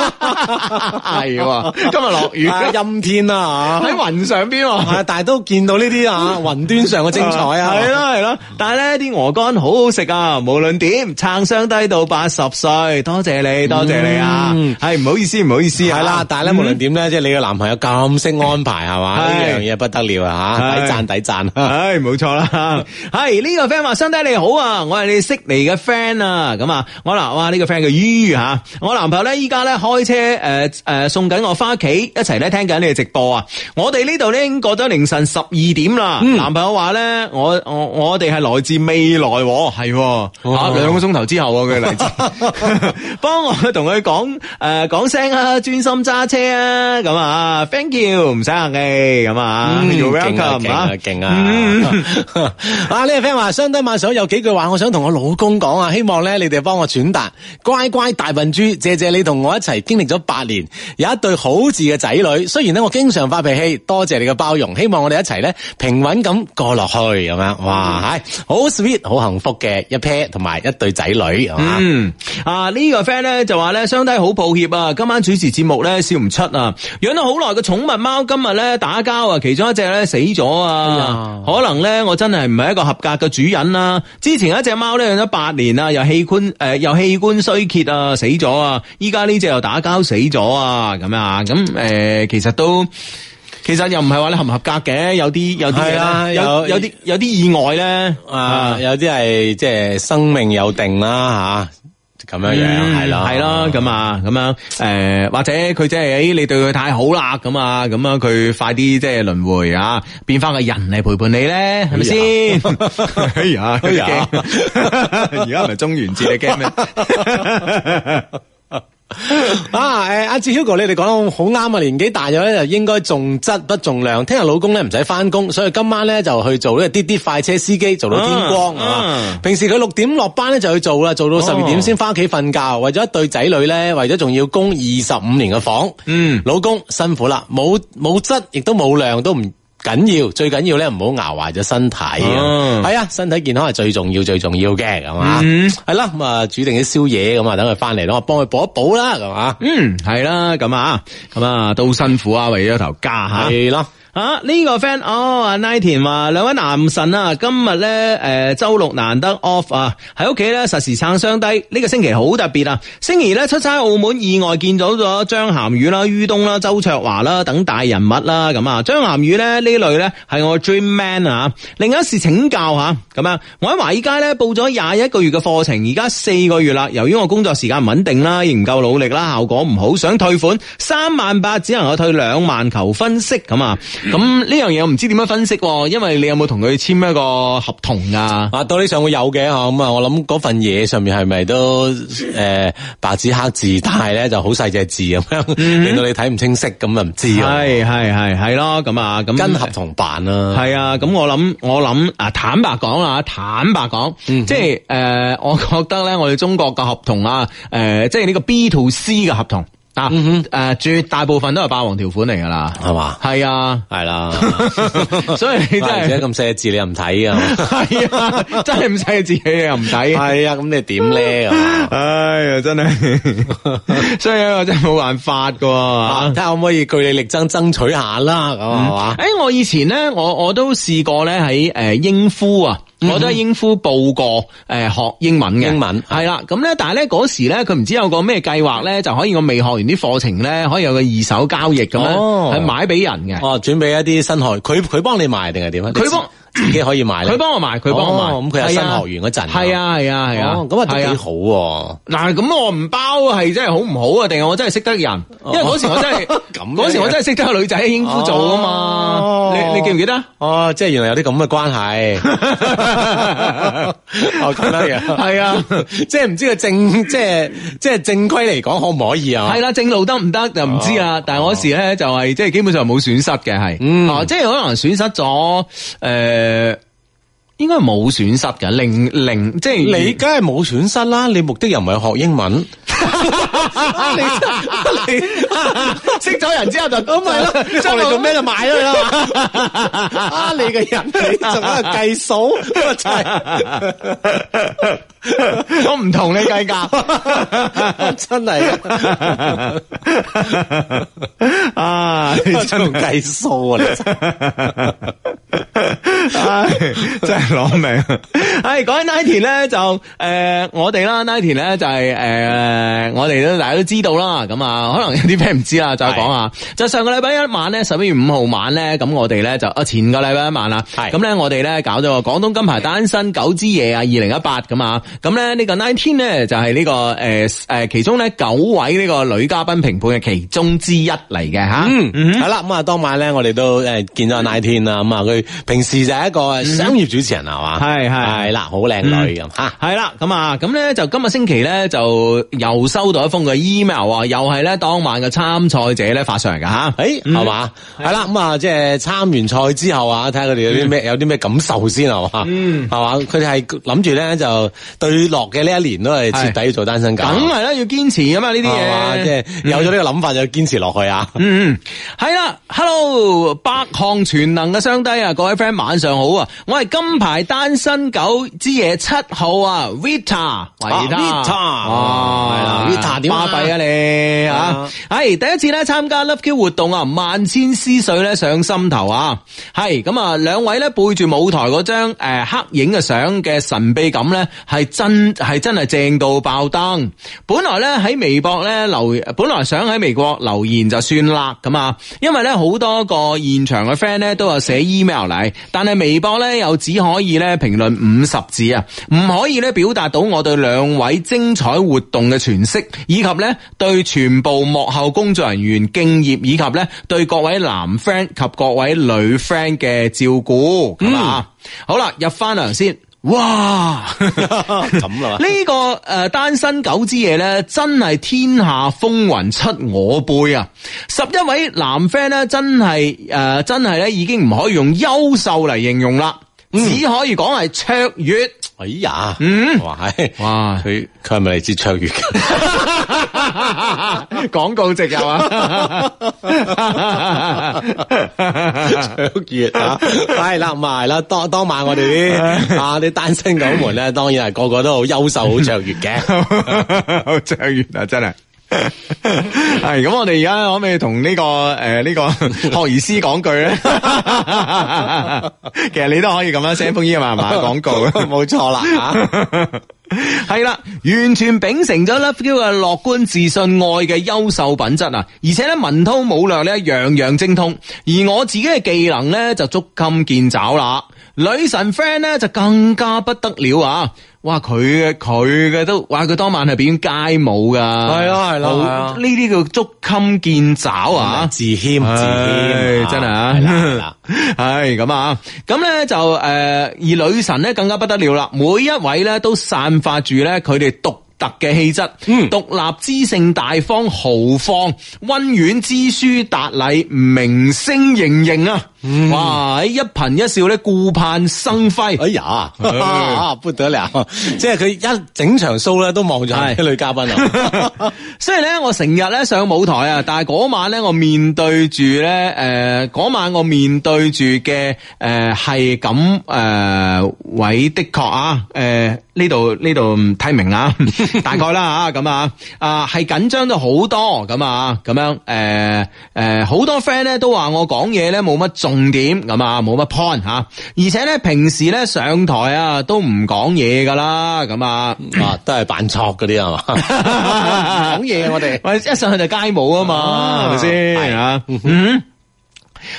A: 係喎，今日落雨。
C: 啊陰天啦
A: 喺雲上邊喎。嗯
C: 吓，啊但係都見到呢啲啊雲端上嘅精
A: <laughs>
C: 彩啊，
A: 系咯系咯，但系咧啲鵝肝好好食啊！無論點撐雙低到八十歲，多謝你，多謝你啊！係唔好意思，唔好意思
C: 係
A: 啊！
C: 啦，但係咧無論點咧，即係你嘅男朋友咁識安排係嘛，呢
A: 係
C: 樣嘢不得了啊吓，
A: 係
C: 抵讚抵讚
A: <laughs>
C: 啊！
A: 唉，冇错啦， <laughs> 系呢、个 friend 话，兄弟你好啊，我系你悉尼嘅 friend 啊，咁啊，我嗱，哇呢、个 friend 叫于於吓，我男朋友咧依家咧开车诶诶、呃送紧我翻屋企，一齐咧听紧你哋直播啊，我哋呢度咧已经过咗凌晨十二点啦，
C: 嗯
A: 男朋友话咧我我我哋系來自未來喎，啊係喎吓
C: 哦
A: 兩個鐘頭之後喎佢嚟
C: <laughs>
A: 自，幫我同佢講诶講聲啊，專心揸車啊，咁啊，thank you，唔使客氣，咁啊
C: 嗯
A: ，you
C: 勁啊
A: welcome 啊，
C: 勁啊！勁啊！ <laughs> 啊呢個 friend 話，相低晚上有幾句話，我想同我老公講啊，希望咧你哋幫我轉達。乖乖大笨豬，謝謝你同我一齊經歷咗八年，有一對好字嘅仔女。雖然咧我經常發脾氣，多謝你嘅包容，希望我哋一齊咧平穩咁過落去咁
A: 嗯
C: 樣。哇，係好 sweet，好幸福嘅一 pair 同埋一對仔女係嘛。
A: 嗯，啊呢、個 friend 咧就話咧，相低好抱歉啊，今晚主持節目咧笑唔出啊，養咗好耐嘅寵物貓今日咧打交啊，其中一隻咧死咗
C: 哎
A: 啊，可能咧我真係唔係一個合格嘅主人啦、之前一隻貓咧養咗八年啊，又器官誒、呃又器官衰竭啊，死咗啊，依家呢只又打交死咗啊，咁啊，咁誒、呃其實都。其實又唔係話你合唔合格嘅，有啲有啲嘢
C: 係啊
A: 呢有
C: 有
A: 有啲有啲意外咧，
C: 啊，有啲係即係生命有定啦吓，咁樣樣哎係啦，哦
A: 系咯，嗯咁啊，咁樣诶，或者佢即係诶，你對佢太好啦，咁啊，咁啊，佢快啲即係輪迴啊，變翻個人嚟陪伴你咧，係咪先？哎呀，哎
C: 呀
A: 而家唔係中元節，你 <laughs> 驚咩？
C: <laughs> 啊，诶，阿志 Hugo，你哋講得好啱啊！年紀大咗咧，就應該重質不重量。聽日老公咧唔使翻工，所以今晚咧就去做呢個滴滴快車司機，做到天光
A: 啊
C: 啊
A: 啊！哦
C: 平時佢六點落班咧就去做啦，做到十二點先翻屋企瞓覺。為咗一對仔女咧，為咗仲要供二十五年嘅房，
A: 嗯
C: 老公辛苦啦，冇冇質亦都冇量都唔。緊要，最緊要咧唔好熬壞咗身體
A: 啊
C: 啊！係啊，身體健康係最重要、最重要嘅，咁啊，
A: 嗯
C: 係啦，咁啊煮定啲宵夜咁啊，等佢翻嚟咯，我幫佢補一補啦，咁啊。
A: 嗯，係啦，咁啊，咁啊，都辛苦啊，為咗頭家吓。
C: 系咯，
A: 啊！呢、個 friend 哦，阿 Nightin 話兩位男神啊，今日咧誒週六難得 off 啊，喺屋企咧實時撐雙低。呢、個星期好特別啊！星期二咧出差澳門，意外見到咗張涵予啦、於東啦、周卓華啦等大人物啦咁啊。張涵予咧呢類咧係我 dream man 啊！另一事請教下咁樣，我喺華爾街咧報咗廿一個月嘅課程，而家四個月啦。由於我工作時間唔穩定啦，亦唔夠努力啦，效果唔好，想退款三萬八，只能夠退兩萬求分析咁啊。咁呢樣嘢我唔知點樣分析喎，因為你有冇同佢簽一個合同啊？
C: 啊，道理上會有嘅吓，咁啊，我諗嗰份嘢上面係咪都诶、呃白紙黑字，但係咧就好細隻字咁樣，令到你睇唔清晰，咁啊唔知啊，
A: 嗯係係係係咯，咁啊咁
C: 跟合同辦啦，
A: 系啊，咁我諗我諗啊，坦白講啦，坦白講，
C: 嗯
A: 即係诶、 <laughs> 呃呃我覺得咧，我哋中國嘅合同啊，诶、即係呢個 B to C 嘅合同。啊，
C: 嗯
A: 诶、绝大部分都係霸王條款嚟噶啦，
C: 係嘛
A: 係啊，
C: 系哦啦，
A: <laughs> 所以你真
C: 而且 <laughs>
A: 係
C: 咁细字你又唔睇啊？
A: 係啊，真係唔使自己又唔抵。
C: 系啊，咁你
A: <laughs>
C: 点咧？啊
A: 唉呀，真系，所以我真系冇办法
C: 啊
A: 噶
C: 睇。下可唔可以據理力爭爭取下啦，咁啊係嘛？
A: 诶、嗯哎我以前咧，我我都試過咧喺诶英孚啊，我都喺英孚報過诶、呃、学英文嘅。
C: 嗯英文啊
A: 係啦，咁咧，但係咧嗰時咧，佢唔知有個咩計劃咧，就可以我未學完啲課程咧，可以有個二手交易咁樣，
C: 哦
A: 係買俾人嘅。
C: 哦，轉俾一啲新學，佢佢幫你賣定係點啊？
A: 佢幫
C: 你自自己可以賣咧，
A: 佢幫我賣，佢幫我賣。
C: 哦咁佢有新學員嗰陣
A: 係啊係啊係啊
C: 哦，，咁啊都
A: 係
C: 幾好喎。
A: 嗱，咁我唔包係真係好唔好啊？定係我真係識得人？因為嗰時我真係
C: 哦 <laughs> 咁樣
A: 嗰時我真係識得個女仔喺英孚做噶啊
C: 哦
A: 嘛。你你記唔記得
C: <laughs>
A: 啊？
C: 哦，即係原來有啲咁嘅關 <laughs> 係，哦咁樣樣，
A: 係啊，
C: 即係唔知佢正，即係即係正規嚟講可唔可以啊？
A: 係啦，正路得唔得就唔知啦。但係我嗰時咧就係即係基本上冇損失嘅，係
C: 嗯
A: 啊即係可能損失咗誒，應該冇損失嘅，零零即係
C: 你梗係冇損失啦，你目的又唔係學英文，你你 <laughs>
A: 識咗人之後就啊咁
C: 咪咯，你學嚟做咩就買咗佢啦嘛！ <laughs> 啊，你嘅
A: <laughs>
C: 人你仲喺度計數，真係
A: <laughs> 我唔同你計較。
C: 真 <laughs> 係
A: 啊！你
C: 真係計數啊！你
A: 唉，真系攞命！ <laughs> 唉，講起 Nike 咧就诶、呃我哋啦，Nike 咧就係呃我哋都大家都知道啦。咁啊，可能有啲咩唔知啦，再講下。就上個禮拜一晚咧，十一月五號晚咧，咁我哋咧就啊前個禮拜一晚啦，
C: 係
A: 咁咧我哋咧搞咗個廣東金牌單身九之夜啊，二零一八咁啊，咁咧呢個 Nineteen 咧就係呢、個诶诶其中咧九位呢個女嘉賓評判嘅其中之一嚟嘅吓。
C: 嗯，係啦，咁啊，當晚咧，我哋都誒見咗 Nine 天啦，咁啊，佢平時就係一個商業主持人係嘛，
A: 係係
C: 係啦，好靚女咁嚇，
A: 系啦，咁啊，咁咧就今日星期咧就又收到一封嘅 email 啊，又係咧當晚嘅參賽者咧發上嚟噶吓。
C: 誒係嘛，
A: 嗯
C: 係啦，咁啊，即係參完賽之後啊，睇下佢哋有啲咩有啲咩感受先係嘛，嗯，係嘛，佢哋係諗住咧就對落嘅呢一年都係徹底要做單身狗，
A: 梗係啦，要堅持啊噶嘛呢啲
C: 係啊嘛
A: 嘢，嗯
C: 即係有咗呢個諗法就堅持落去啊！
A: 嗯，嗯，係啦，Hello，百項全能嘅雙低啊，各位 friend 晚上好啊，我係金牌單身狗之夜七號啊，Vita，維他
C: ，Vita
A: 哦，
C: 係啦，Vita 點啊
A: 巴閉啊你
C: 係啊
A: 吓，係第一次咧參加 Love Q 活動啊，萬千思緒咧上心頭啊，係咁啊，兩位咧背住舞台嗰張诶黑影嘅相嘅神秘感咧，係真係真係正到爆燈。本來咧喺微博咧留，本來想喺微博留言就算啦咁啊，因為咧好多個現場嘅 friend 咧都有寫 email 嚟，但係微博咧又只可以咧評論五十字啊，唔可以咧表達到我對兩位精彩活動嘅詮釋，以及咧對全部幕後工作人員敬業，以及咧對各位男 friend 及各位女 friend 嘅照顧咁啊。好啦，入翻糧先，哇！
C: <laughs> 咁啊啦嘛，
A: 呢個诶單身狗之夜咧，真係天下風雲出我輩啊！十一位男 friend 咧，真係诶、呃真係咧已經唔可以用優秀嚟形容啦，
C: 嗯
A: 只可以講係卓越。
C: 哎呀，嗯，哇，係
A: <laughs> 哇
C: 佢佢係咪嚟自卓越嘅？
A: 廣告啊值係嘛？
C: <laughs> 卓越
A: <laughs>
C: 啊，係啦，咁啊係啦，當當晚我哋啲啊啲單身狗們咧，當然係個個都好優秀、好卓越嘅。
A: 好正完啊，真係。系咁，我哋而家可唔可以同呢、個诶呢、個學而思講句咧？其實你都可以咁樣 send 封 email 啊嘛，廣 <laughs> 告
C: <laughs> 冇錯啦，啊
A: <laughs> 系啦，完全秉承咗 Love Q 嘅樂觀、自信、愛嘅優秀品質啊！而且咧文韜武略咧樣樣精通，而我自己嘅技能咧就捉襟見肘啦。女神 friend 咧就更加不得了啊！哇，佢嘅佢嘅都，哇佢當晚係表演街舞噶，係
C: 啊係啦係啊
A: 呢啲叫捉襟見肘啊！
C: 自謙自
A: 唉
C: 謙，
A: 真係
C: 啊係啦係
A: 啊
C: 啦，
A: 系咁啊，咁咧就诶、呃而女神咧更加不得了啦，每一位咧都散發住咧佢哋獨特嘅氣質，
C: 嗯
A: 獨立知性大方豪放，温婉知書達禮，明星盈盈啊！哇！一顰一笑咧，顧盼生輝。
C: 哎呀，啊 <laughs> 不得了！即係佢一整場 show 咧都望住啲女嘉
A: <laughs>
C: 賓啊，
A: 雖然咧，我成日咧上舞台啊，但係嗰晚咧，我面對住咧，誒、嗰晚我面對住嘅誒係咁誒位的確啊，誒呢度呢度唔睇明啊， <laughs> 大概啦嚇咁啊，啊係緊張咗好多咁啊，咁樣誒誒好多 friend 咧都話我講嘢咧冇乜重點咁啊，冇乜 point 嚇、而且咧平時咧上台啊都唔講嘢噶啦，咁啊。
C: 啊都係扮錯嗰啲係嘛，
A: <laughs>
C: 講嘢啊我哋。
A: 喂，一上去就街舞啊嘛，係咪先啊？嗯。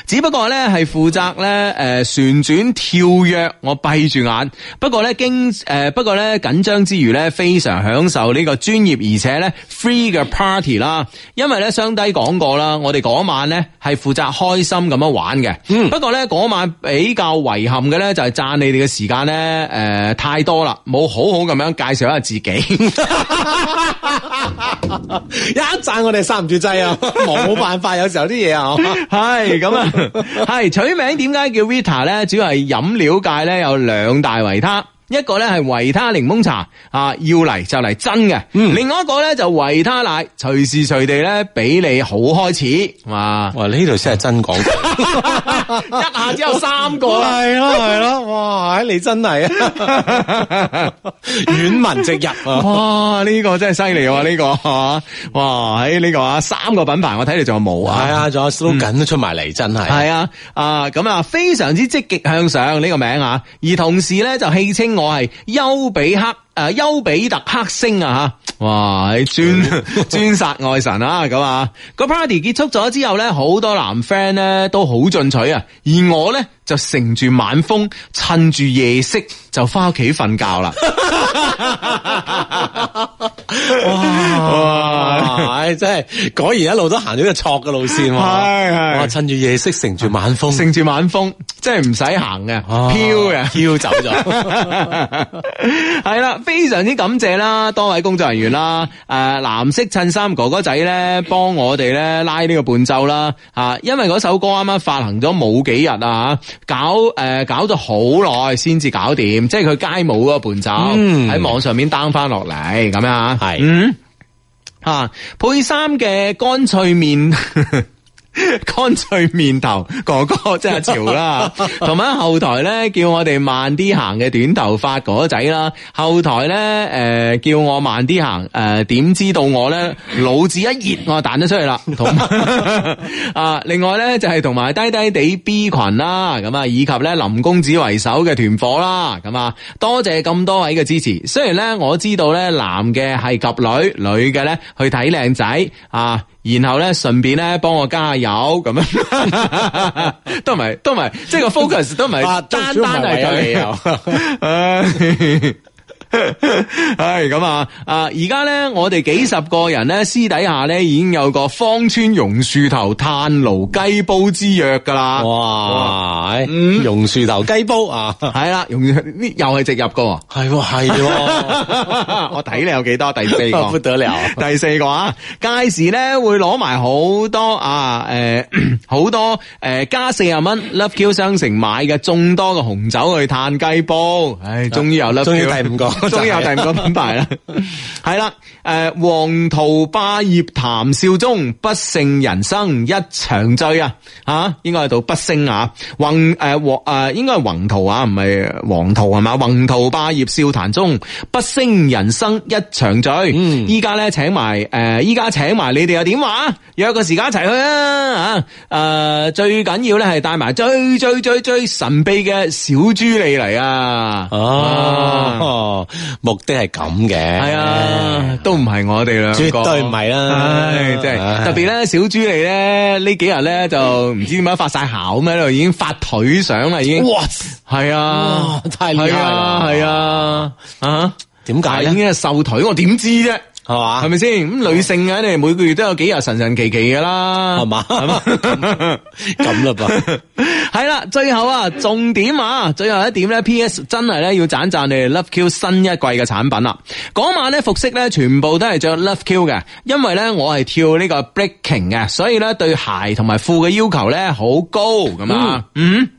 A: 只不過咧係負責咧誒旋轉跳躍，我閉住眼。不過咧經誒、呃不過咧緊張之餘咧，非常享受呢個專業而且咧 free 嘅 party 啦。因為咧雙低講過啦，我哋嗰晚咧係負責開心咁樣玩嘅。
C: 嗯
A: 不過咧嗰晚比較遺憾嘅咧就係讚你哋嘅時間咧誒太多啦，冇好好咁樣介紹一下自己。
C: 一讚我哋剎唔住掣
A: <laughs>
C: 啊，冇辦法，有時候啲嘢啊，
A: 系咁啊，
C: <laughs>
A: 系取名點解叫 Vita 咧？主要係飲料界咧有兩大維他。一個咧係維他檸檬茶啊，要嚟就嚟真嘅。
C: 嗯
A: 另外一個咧就維他奶，隨時隨地咧俾你好開始，哇！
C: 哇呢度先係真講，
A: 一下只有三個啦。
C: 係咯係咯，哇你真係
A: <laughs>
C: 啊，遠文直入啊！
A: 哇！呢、個真係犀利喎，呢、個啊哇！喺、呢個啊，三個品牌我睇你仲有冇啊？
C: 系啊，仲有 slogan 都出埋嚟，真係。
A: 系啊，啊咁啊，非常之積極向上呢、個名啊，而同時咧就戲稱我係丘比克。誒丘比特克星啊嚇，哇！專 <laughs> 專殺愛神啊咁啊！個 party 結束咗之後咧，好多男 friend 咧都好進取啊，而我咧就乘住晚風，趁住夜色就翻屋企瞓覺啦。啊
C: 哇！唉，真係果然一路都行咗呢個錯嘅路線喎。
A: 係係
C: 哇！趁住夜色，乘住晚風，
A: 乘住晚風，即係唔使行嘅，
C: 啊
A: 飄嘅。
C: 飄走
A: <laughs>
C: 咗。
A: 系啦，非常之感謝啦，多位工作人員啦，诶、藍色襯衫哥哥仔咧，幫我哋咧拉呢個伴奏啦，啊，因為嗰首歌啱啱發行咗冇幾日啊，搞诶、搞咗好耐先至搞掂，即係佢街舞嗰個伴奏
C: 嗯
A: 喺、網上面 down 翻落嚟咁樣啊，
C: 係
A: 嗯。啊，配衫嘅乾脆面。 <laughs> 乾脆面頭哥哥真係潮啦，同埋喺後台咧叫我哋慢啲行嘅短頭髮哥哥仔啦，後台咧誒、呃叫我慢啲行，誒、點知道我咧腦子一熱我就彈咗出去啦，同埋啊另外咧就係同埋低低地 B 群啦，咁啊以及咧林公子為首嘅團伙啦，咁啊多謝咁多位嘅支持，雖然咧我知道咧男嘅係及女，女嘅咧去睇靚仔啊。然後咧，順便咧幫我加油咁樣， <laughs> 都唔係，都唔係，即係個 focus 都唔係
C: 啊都
A: 單
C: 主要唔
A: 單
C: 係
A: 係
C: 為
A: 佢。
C: 啊
A: 唉唉，咁啊，啊，而家咧，我哋幾十個人咧，私底下咧已經有個芳村榕樹頭炭爐雞煲之約噶啦。
C: 哇！唉
A: 嗯
C: 榕樹頭雞煲啊！
A: 係啦，榕呢又係直入噶喎。
C: 係喎，係 <laughs> 喎，
A: <laughs> 我睇你有幾多？第四個
C: <laughs> 不得了。
A: 第四個啊，屆時咧會攞埋好多啊，诶、 <clears throat> 好多诶、誒加四十蚊 Love Q 商城買嘅眾多嘅紅酒去嘆雞煲，唉，終於有 Love Q，
C: 啊終於第五個
A: <laughs> 終於有第五個品牌啦，啊係啦，诶、黃桃霸業談笑中，不勝人生一場醉啊，啊，應該係讀不勝啊，宏诶黃诶應該係宏圖啊，唔係黃桃係嘛，宏圖霸業笑談中，不勝人生一場醉，
C: 嗯
A: 依家咧請埋誒，依、家請埋你哋又點話？約個時間一齊去啊！嚇、誒，最緊要咧係帶埋最最最最神秘嘅小豬你嚟啊！啊，
C: 哦，目的係咁嘅。
A: 係
C: 係
A: 啊，都唔係我哋兩個，
C: 絕對唔係啦
A: 唉，真係
C: 唉
A: 特別咧，小豬你咧呢幾日咧就唔知點解發晒姣咁喺度，已經發腿相啦，已經
C: 哇！
A: 係啊
C: 哇，太厲害啦
A: 係啊，係啊，啊！但
C: 點解
A: 係
C: 啊
A: 已
C: 咧？
A: 經係瘦腿，我點知啫？
C: 係嘛
A: 系？咪先？咁女性啊嘅，你哋每個月都有幾日神神奇奇噶啦，
C: 係嘛
A: 係嘛？ <laughs>
C: 咁啦噃。
A: 系系啦，最後啊，重點啊，最後一點咧，P.S. 真係咧要赞赞你哋 Love Q 新一季嘅產品啦。嗰晚咧服飾咧全部都係着 Love Q 嘅，因為咧我係跳呢個 breaking 嘅，所以咧對鞋同埋褲嘅要求咧好高咁啊，嗯。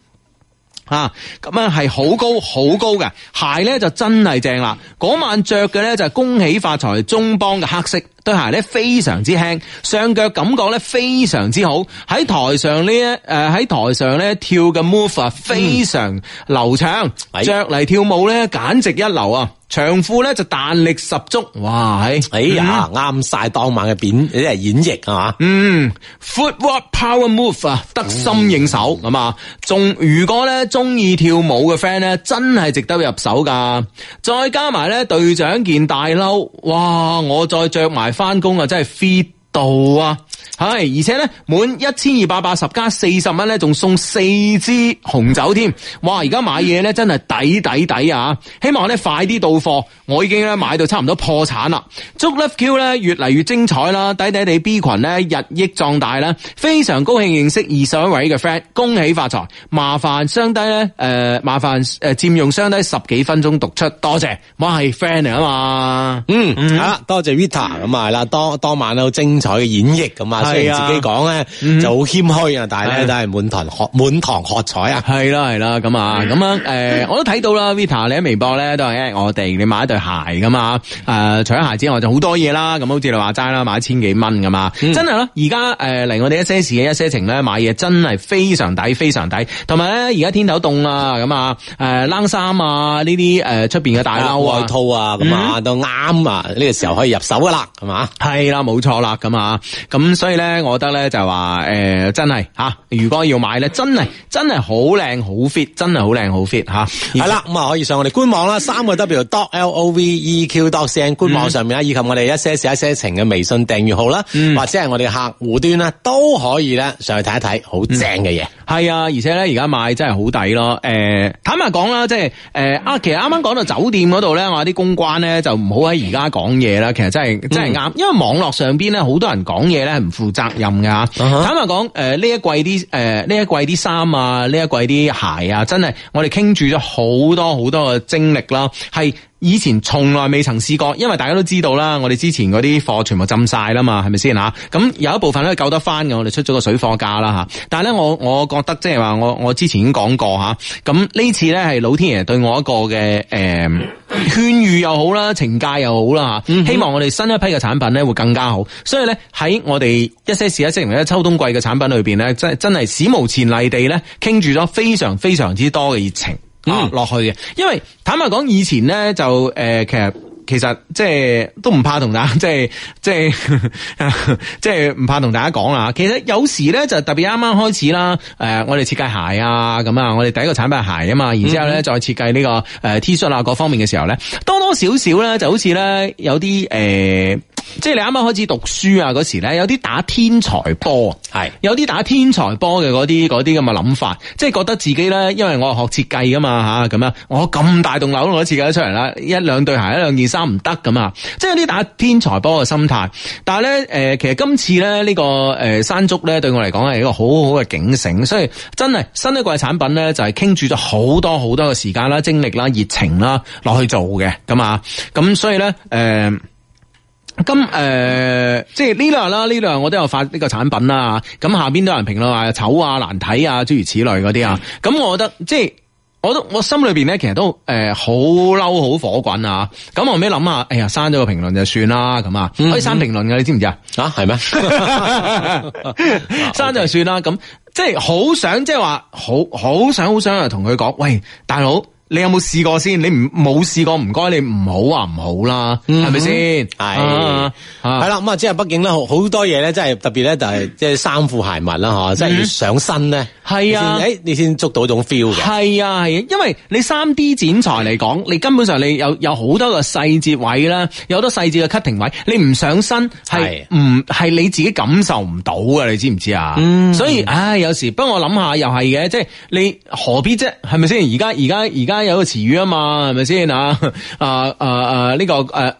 A: 啊，咁啊係好高好高嘅鞋咧就真係正啦。嗰晚着嘅咧就係恭喜發財中邦嘅黑色。對鞋咧非常之輕，上腳感覺咧非常之好。喺台上呢，誒、喺台上咧跳嘅 move 啊非常流暢，
C: 嗯哎
A: 着嚟跳舞咧簡直一流啊！長褲咧就彈力十足，哇！係
C: 哎呀，啱晒當晚嘅演，即係演繹啊嘛。
A: 嗯，footwork power move 啊，得心應手咁啊！仲如果咧中意跳舞嘅 friend 咧，真係值得入手噶。再加埋咧隊長件大褸，哇！我再着埋翻工啊，真係 fit。到啊，係而且咧滿一千二百八十加四十蚊咧，仲送四支紅酒添。哇！而家買嘢咧真係抵抵抵啊！希望咧快啲到貨，我已經咧買到差唔多破產啦。祝 Love Q 咧越嚟越精彩啦，抵抵地 B 群咧日益壯大啦，非常高興認識二十一位嘅 friend，恭喜發財！麻煩雙低咧，誒、麻煩誒佔用雙低十幾分鐘讀出，多謝，我係 friend 嚟啊嘛。
C: 嗯，係啦，多謝 Vita 咁啊，係啦，當當晚都好精彩嘅演繹咁啊，雖
A: 係
C: 然
A: 啊
C: 自己講咧就好謙虛啊，但係
A: 係
C: 咧都係滿堂喝滿堂喝彩
A: <laughs>
C: 啊！
A: 系啦系啦，咁啊咁樣诶，我都睇到啦，Vita 你喺微博咧都係 at 我哋，你買一對鞋噶嘛，诶，除咗鞋之外就好多嘢啦，咁好似你話齋啦，買千幾蚊噶嘛，
C: 嗯
A: 真係啦，而家诶嚟我哋一些事嘅一些情咧買嘢真係非常抵，非常抵，同埋咧而家天頭凍啦，咁啊诶冷衫啊呢啲诶出边嘅大褸
C: 外
A: 啊。
C: 套啊，咁啊都啱啊，呢個時候可以入手噶啦，係嘛？
A: 系啦，冇錯啦，咁啊，咁所以咧，我覺得咧就話诶、誒真係吓、如果要買咧，真係真係好靚好 fit，真係好靚好 fit 吓、
C: 系啦，咁啊可以上我哋官網啦，三個 W dot L O V E Q dot C N 官網上面啦，以及我哋一些事一些情嘅微信訂閱號啦，或者係我哋客户端啦，都可以咧上去睇一睇，好正嘅嘢。
A: <laughs> 系啊，而且咧而家買真係好抵咯。诶、坦白講啦，即係诶啊，其實啱啱講到酒店嗰度咧，我話啲公關咧就唔好喺而家講嘢啦。其實真係真係啱，因為網絡上邊咧好多人講嘢咧係唔負責任噶。坦白講，诶、呢一季啲诶呢一季啲衫啊，呢一季啲鞋啊，真係我哋傾注咗好多好多嘅精力啦，係。以前從來未曾試過，因為大家都知道啦，我哋之前嗰啲貨全部浸晒啦嘛，係咪先吓？咁有一部分咧救得翻嘅，我哋出咗個水貨價啦吓。但係咧，我我覺得即係話我我之前已經講過吓，咁呢次咧係老天爺對我一個嘅诶勸喻又好啦，懲戒又好啦吓。希望我哋新一批嘅產品咧會更加好。所以咧喺我哋一些事一些情咧秋冬季嘅產品裏边咧，真真係史無前例地咧傾住咗非常非常之多嘅熱情。啊落去嘅，因為坦白講，以前咧就诶、呃其實其實即係都唔怕同大 <laughs> 家，即係即係 <laughs> 即係唔怕同大家講啦。其實有時咧就特別啱啱開始啦，诶、我哋設計鞋啊，咁啊，我哋第一個產品係鞋啊嘛，然之後咧再設計呢、個个呃 T 恤啊各方面嘅時候咧，多多少少咧就好似咧有啲诶、呃即係你啱啱開始讀書啊嗰時咧，有啲打天才波啊。
C: 係
A: 有啲打天才波嘅嗰啲嗰啲咁嘅諗法，即係覺得自己咧，因為我係學設計噶嘛吓，咁樣我咁大棟樓我都設計得出嚟啦，一兩對鞋一兩件衫唔得咁啊，即係有啲打天才波嘅心態。但係咧诶，其實今次咧呢、個个呃山竹咧對我嚟講係一個好好嘅警醒，所以真係新一季產品咧就係傾注咗好多好多嘅時間啦、精力啦、熱情啦落去做嘅咁啊，咁所以咧诶。呃咁誒、呃即係呢兩日啦，呢兩日我都有發呢個產品啦。咁下邊都有人評論話醜啊、難睇啊，諸如此類嗰啲啊。咁我覺得即係。我都我心裏邊咧，其實都誒好嬲，好火滾啊！咁後尾諗下，哎呀，刪咗個評論就算啦，咁啊，可以刪評論嘅，你知唔知啊？
C: 啊，係咩？
A: 刪就算啦。咁即係好想，即係話好好想好想啊，同佢講，喂，大佬，你有冇試過先？你唔冇試過，唔該你唔好話唔好啦，係咪先？
C: 係
A: 啊啊
C: 係啦，咁啊，即係畢竟咧，好好多嘢咧，真係特別咧，就係即係衫褲鞋襪啦，嗬，即係要上身咧，
A: 係嗯啊
C: 誒，你先捉到一種 feel 嘅，
A: 係啊係啊，因為你三 D 剪裁嚟講，你根本上你有有好多個細節位啦，有好多細節嘅 cutting 位，你唔上身係唔係你自己感受唔到嘅，你知唔知啊？
C: 嗯
A: 所以唉，有時不過我諗下又係嘅，即係你何必啫？係咪先？而家而家而家啦，有個詞語啊嘛，係咪先啊？ <laughs> 啊啊啊！呢個誒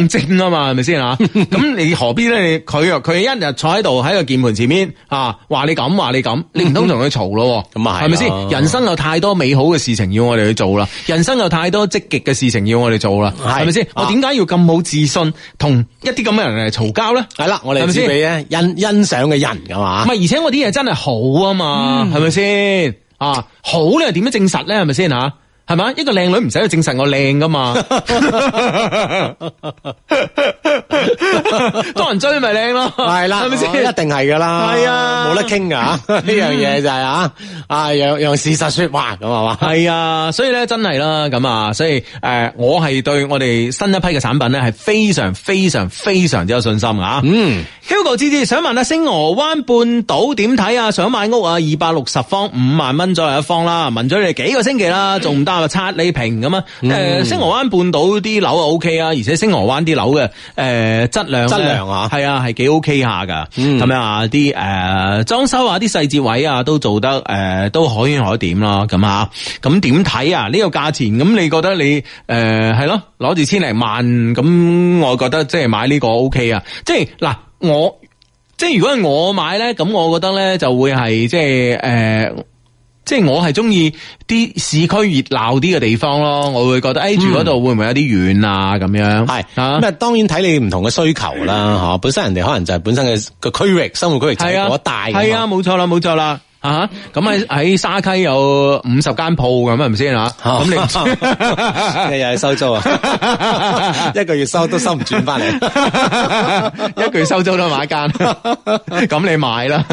A: <coughs> 鋼精啊嘛，係咪先
C: <laughs>
A: 啊？咁你何必咧？你佢又佢一日坐喺度喺個鍵盤前面啊，話你咁話你咁，你唔通同佢嘈咯？
C: 咁啊係啦
A: 係咪先？人生有太多美好嘅事情要我哋去做啦，人生有太多積極嘅事情要我哋做啦，
C: 係
A: 係咪先？我
C: 啊
A: 點解要咁冇自信同一啲咁嘅人嚟嘈交咧？
C: 系啦，我
A: 係
C: 哋
A: 咪
C: 只
A: 先
C: 俾咧欣欣賞嘅人啊噶嘛
A: 唔，係，而且我啲嘢真係好啊嘛，
C: 嗯
A: 係咪先？啊，好咧點樣證實咧？係咪先吓？係咪？一個靚女唔使去證實我靚噶
C: <laughs>
A: 嘛， <laughs> 多人追咪靚咯，
C: 係啦，哦啊
A: 係咪
C: 一
A: 先？
C: 定係噶啦，
A: 係啊
C: 冇得傾噶
A: <laughs>
C: 呢樣嘢就係啊，啊讓讓事實说話
A: <laughs>
C: 咁係嘛，
A: 係啊，所以咧真係啦，咁啊，所以诶、呃我係對我哋新一批嘅產品咧係非常非常非常之有信心啊！
C: 嗯，
A: Hugo 芝芝想問下星河灣半島點睇啊？想買屋啊，二百六十方五萬蚊左右一方啦，問咗你哋幾個星期啦，仲唔得啊？刷你平咁啊？誒、星河灣半島啲樓啊 OK 啊，而且星河灣啲樓嘅誒質量呢
C: 質量啊嗯
A: 係啊係幾 OK 下噶，咁樣啊啲誒裝修啊啲細節位啊都做得誒、呃都可圈可點啦，咁啊咁點睇啊？呢、個價錢咁你覺得你誒係咯攞住千零萬咁，我覺得即係買呢個 OK 啊，即係嗱我。即係如果係我買咧，咁我覺得咧就會係即係诶。呃即係我係中意啲市區熱鬧啲嘅地方咯，我會覺得诶、哎住嗰度會唔會有啲遠啊咁樣？
C: 係
A: 啊
C: 咁啊，當然睇你唔同嘅需求啦，吓，本身人哋可能就係本身嘅個區域生活區域就係
A: 係啊，
C: 嗰一帶㗎嘛，
A: 係啊，冇錯啦，冇錯啦。啊，咁喺喺沙溪有五十間鋪咁係咪先啊？咁你唔知
C: 你又係收
A: <laughs>
C: 租啊，一個月收都收唔轉翻嚟。
A: <laughs> 一句收租都買
C: <laughs>
A: 間，咁你買啦。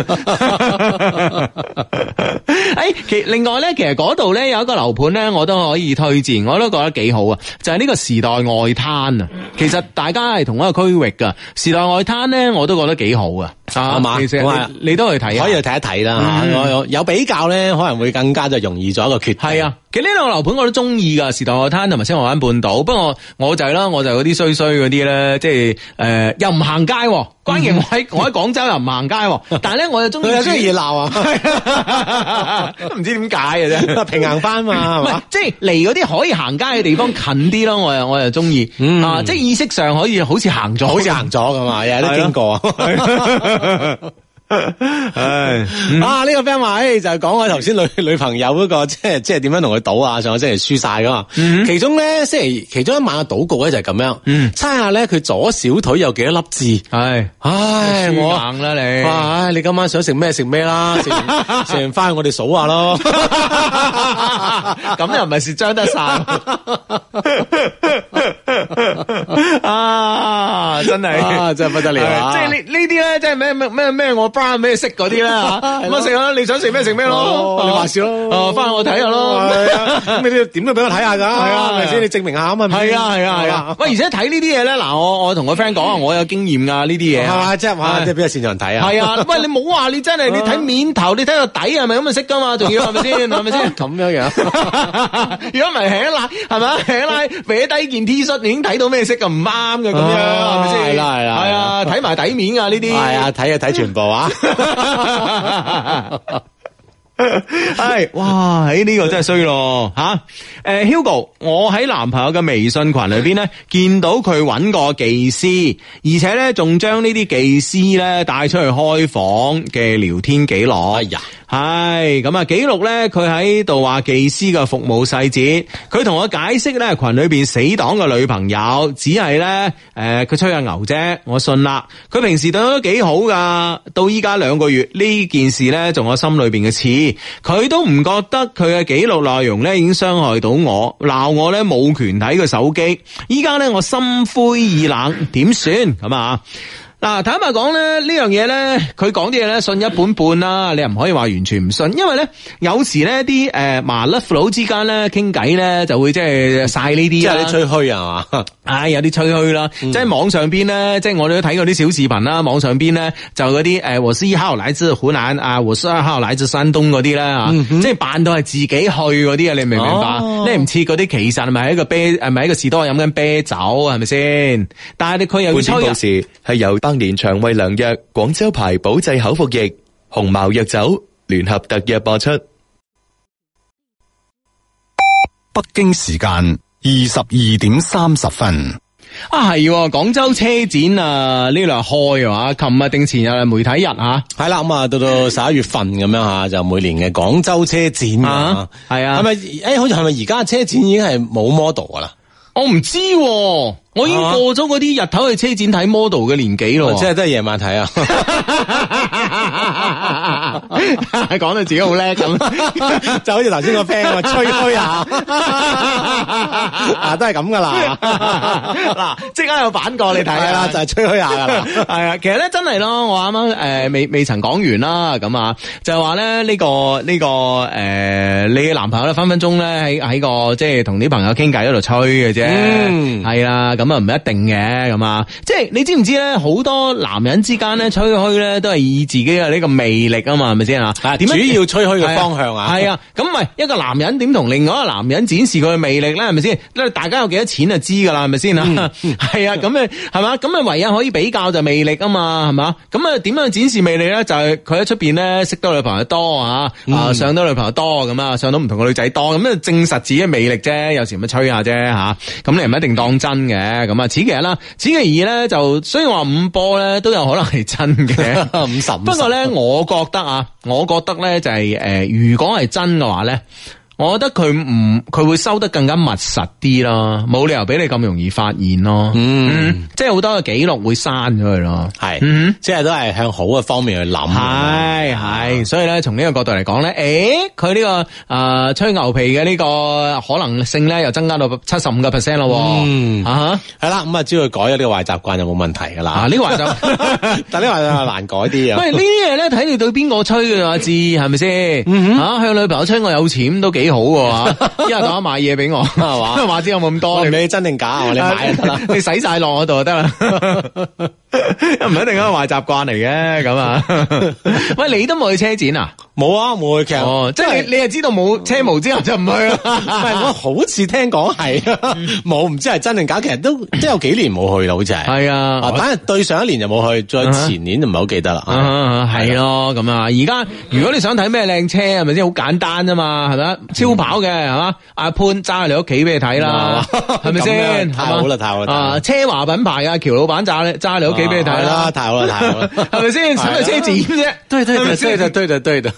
A: 诶、其另外咧，其實嗰度咧有一個樓盤咧，我都可以推薦，我都覺得幾好啊。就係呢個時代外灘啊，其實大家係同一個區域噶。時代外灘咧，我都覺得幾好啊。啊
C: 係嘛
A: 其實
C: 咁啊
A: 你你都去睇下
C: 可以去睇一睇啦，
A: 嗯
C: 有有比較咧，可能會更加就容易做一個決定。
A: 系啊，其實呢兩個樓盤我都中意噶，時代外灘同埋星河灣半島。不過我就係啦，我就嗰啲衰衰嗰啲咧，即係诶、呃又唔行街、
C: 嗯
A: 喎。關鍵我
C: <laughs>
A: 喺我喺廣州又唔行街、喎。但係咧我又中意
C: 佢又中意熱鬧
A: <laughs> 啊，唔知點解嘅啫。
C: <laughs> 平衡翻
A: 唔
C: 嘛，係
A: 係
C: 嘛？，
A: 即係離嗰啲可以行街嘅地方近啲咯，我又我又中意、
C: 嗯
A: 啊！即係意識上可以好似行咗，
C: 好似行咗咁啊嘛，日日都經過。 <laughs> 唉， <laughs> 啊呢個 friend 話，誒就係講我頭先女 <laughs> 女朋友嗰個，即係即係點樣同佢賭啊？上個星期輸晒噶嘛，其中咧星期其中一晚嘅賭局咧就係咁樣，猜下咧佢左小腿有幾多粒痣？
A: 唉，
C: 嗯唉，
A: 輸
C: 我啊
A: 硬啦你
C: 哇！唉你今晚想食咩食咩啦，啊食完食完翻我哋數
A: <laughs>
C: 下咯。
A: 咁又唔係蝕張得晒 <laughs> 啊！真係
C: 啊真係不得了啊
A: 即係呢呢啲咧，即係咩咩咩咩我 bra 咩色嗰啲
C: <laughs>
A: 啦，咁啊食啦，你想食咩食咩咯
C: 哦，你話事咯
A: 哦，翻我睇下咯。
C: 係啊咁
A: <laughs>
C: 你都點都俾我睇下㗎，係
A: 啊
C: 啊，係咪先？你證明下啊嘛，
A: 係啊係啊係啊！喂，而且睇呢啲嘢咧，嗱，我我同個 friend 講啊，我有經驗噶呢啲嘢
C: 係
A: 啊，
C: 嘛，即係
A: <laughs>
C: 哇，
A: 係
C: 即係邊有擅長睇啊？
A: 系
C: <laughs>
A: 啊，喂，你冇話你真係你睇面頭，你睇個底係咪咁就識噶嘛？仲要係咪先？係咪先？
C: 咁樣樣。
A: <laughs> 如果唔係起拉，係咪啊？起拉搲低件 T 恤，你已經睇到咩色嘅唔啱嘅咁樣，
C: 啊
A: 係咪先？
C: 係啦係啦
A: 係啊，睇埋底面啊呢啲。
C: 系啊，睇啊睇全部啊，
A: 系，哇！喺呢、個真係衰咯吓。诶、h u g o 我喺男朋友嘅微信群裏边咧，見到佢揾個技師，而且咧仲將呢啲技師咧帶出去開房嘅聊天記錄。
C: 哎呀
A: 係咁啊！記錄咧，佢喺度話技師嘅服務細節，佢同我解釋咧，群裏边死黨嘅女朋友只係咧，诶、佢吹下牛啫，我信啦。佢平時對我都幾好噶，到依家兩個月呢件事咧，仲我心裏边嘅刺，佢都唔覺得佢嘅記錄內容咧已經傷害到我，鬧我咧冇權睇佢手機。依家咧我心灰意冷，點算咁啊？嗱，坦白講咧，呢樣嘢咧，佢講啲嘢咧，信一半半啦，你又唔可以話完全唔信，因為咧，有時咧啲誒麻甩佬之間咧傾偈咧，就會即係晒呢
C: 即
A: 啲
C: 係
A: 啊
C: 你吹嗯噓啊嘛，
A: 唉，有啲吹噓啦，即係網上邊咧，即係我哋都睇過啲小視頻啦，網上邊咧就嗰啲誒，我是一號來自湖南啊，我是二號來自山東嗰啲咧啊，即係扮到係自己去嗰啲啊，你明唔明白？
C: 嗯哦
A: 你唔似嗰啲其實係咪喺個啤係咪喺個士多飲緊啤酒係咪先？但係你佢又要
D: 本
A: 吹
D: 篇
A: 人
D: 故事係由百年腸胃良藥廣州牌保濟口服液、紅茅藥酒聯合特約播出。
E: 北北京时间二十二点三十分。
A: 啊系，廣州車展啊呢兩日開啊，琴日定前日係媒體日啊，
C: 系啦，咁啊，到到十一月份咁樣吓，就每年嘅廣州車展啊
A: 啊，係啊
C: 係咪？诶，好似係咪而家車展已經係冇 model 噶啦？
A: 我唔知、喎，我已經
C: 啊哦
A: 過咗嗰啲日頭去車展睇 model 嘅年紀咯喎，
C: 即係都係夜晚睇
A: <laughs>
C: 啊！
A: <laughs>
C: <laughs>
A: 讲到自己好叻咁，
C: 就好似頭先個 friend 我
A: <laughs>
C: 吹嘘下，啊都係咁噶啦，
A: 嗱，即刻有版過你睇
C: 係啦，就係吹嘘下噶啦。
A: <laughs> 系啊，其實咧真係咯，我啱啱诶未未曾講完啦，咁啊就係話咧呢個呢、個诶、呃你嘅男朋友咧分分鐘咧喺喺個即係同啲朋友傾偈嗰度吹嘅啫，
C: 嗯
A: 係啦、咁啊唔一定嘅咁啊，即係你知唔知咧好多男人之間咧吹噓咧都係以自己嘅呢個魅力啊嘛，係咪先啊？
C: 啊，
A: 點
C: 主
A: 樣
C: 要吹嘘嘅方向啊，
A: 系啊，咁咪一個男人點同另外一個男人展示佢嘅魅力咧？係咪先？大家有幾多錢就知㗎啦，係咪先
C: 嗯
A: 啊？係啊，咁啊，係嘛？咁啊，唯一可以比較就魅力啊嘛，係嘛？咁啊，點樣展示魅力咧？就係佢喺出边咧識到女朋友多啊，
C: 嗯
A: 啊上到女朋友多咁啊，上到唔同嘅女仔多，咁啊證實自己嘅魅力啫。有時咪吹下啫吓，咁你唔一定當真嘅。咁啊，此其一啦，此其二咧就雖然話五波咧都有可能係真嘅。
C: <laughs> 五十，
A: 不過咧，我覺得啊，我覺得咧就係呃如果係真嘅話咧，我覺得佢唔佢會收得更加密實啲咯，冇理由俾你咁容易發現咯。嗯，即係好多嘅記錄會刪咗佢咯。
C: 係，即係都係向好嘅方面去
A: 嗯
C: 啊諗。
A: 係係，所以咧，從呢個角度嚟講咧，诶，佢呢、個个呃吹牛皮嘅呢個可能性咧，又增加到七十五個 percent 咯喎。
C: 嗯
A: 啊
C: 係啦，咁啊，只要佢改咗呢個壞習慣就冇問題噶
A: 啊，
C: 啦
A: 呢。個 <laughs> 話就。
C: <laughs> 但呢個係難改啲
A: <laughs>
C: 啊
A: 喂，。呢啲嘢咧睇你對邊個吹嘅阿志係咪先？吓向女朋友吹我有錢都幾好 <laughs> 喎，啊一係講買嘢俾我係
C: 嘛
A: 話知有冇咁
C: 我
A: 多
C: 唔
A: 你
C: 理真定假，我哋
A: <laughs>
C: 買就得啦。
A: 你使晒落我度就得啦， <laughs> 唔一定係壞習慣嚟嘅咁啊。 <laughs> 喂，你都冇去車展啊？
C: 冇啊，冇其實
A: 哦，即係你啊你係知道冇車模之後就唔去 <laughs>
C: 唔
A: 啦。
C: 係，我好似聽講係
A: 嗯
C: 冇，唔知係真定假。其實都即係有幾年冇去啦，好似係。
A: 係啊
C: 啊，
A: 我
C: 反正對上一年就冇去，再前年就唔係好記得啦。
A: 啊，系咯，咁啊，而家如果你想睇咩靚車，係咪先好簡單啫嘛，係咪超跑嘅係嘛，阿潘揸去你屋企俾你睇啦，
C: 嗯
A: 係咪
C: 咁
A: 先？
C: 樣太好啦
A: 係嘛
C: 太好啦太好啦
A: 啊，奢華品牌嘅喬老闆揸你揸去你屋企俾你睇
C: 啊
A: 啦，
C: 太好啦，太好啦，
A: <laughs> 係咪先？使乜車展啫？
C: 對對
A: 係咪
C: 對
A: 先
C: 對對對對對對，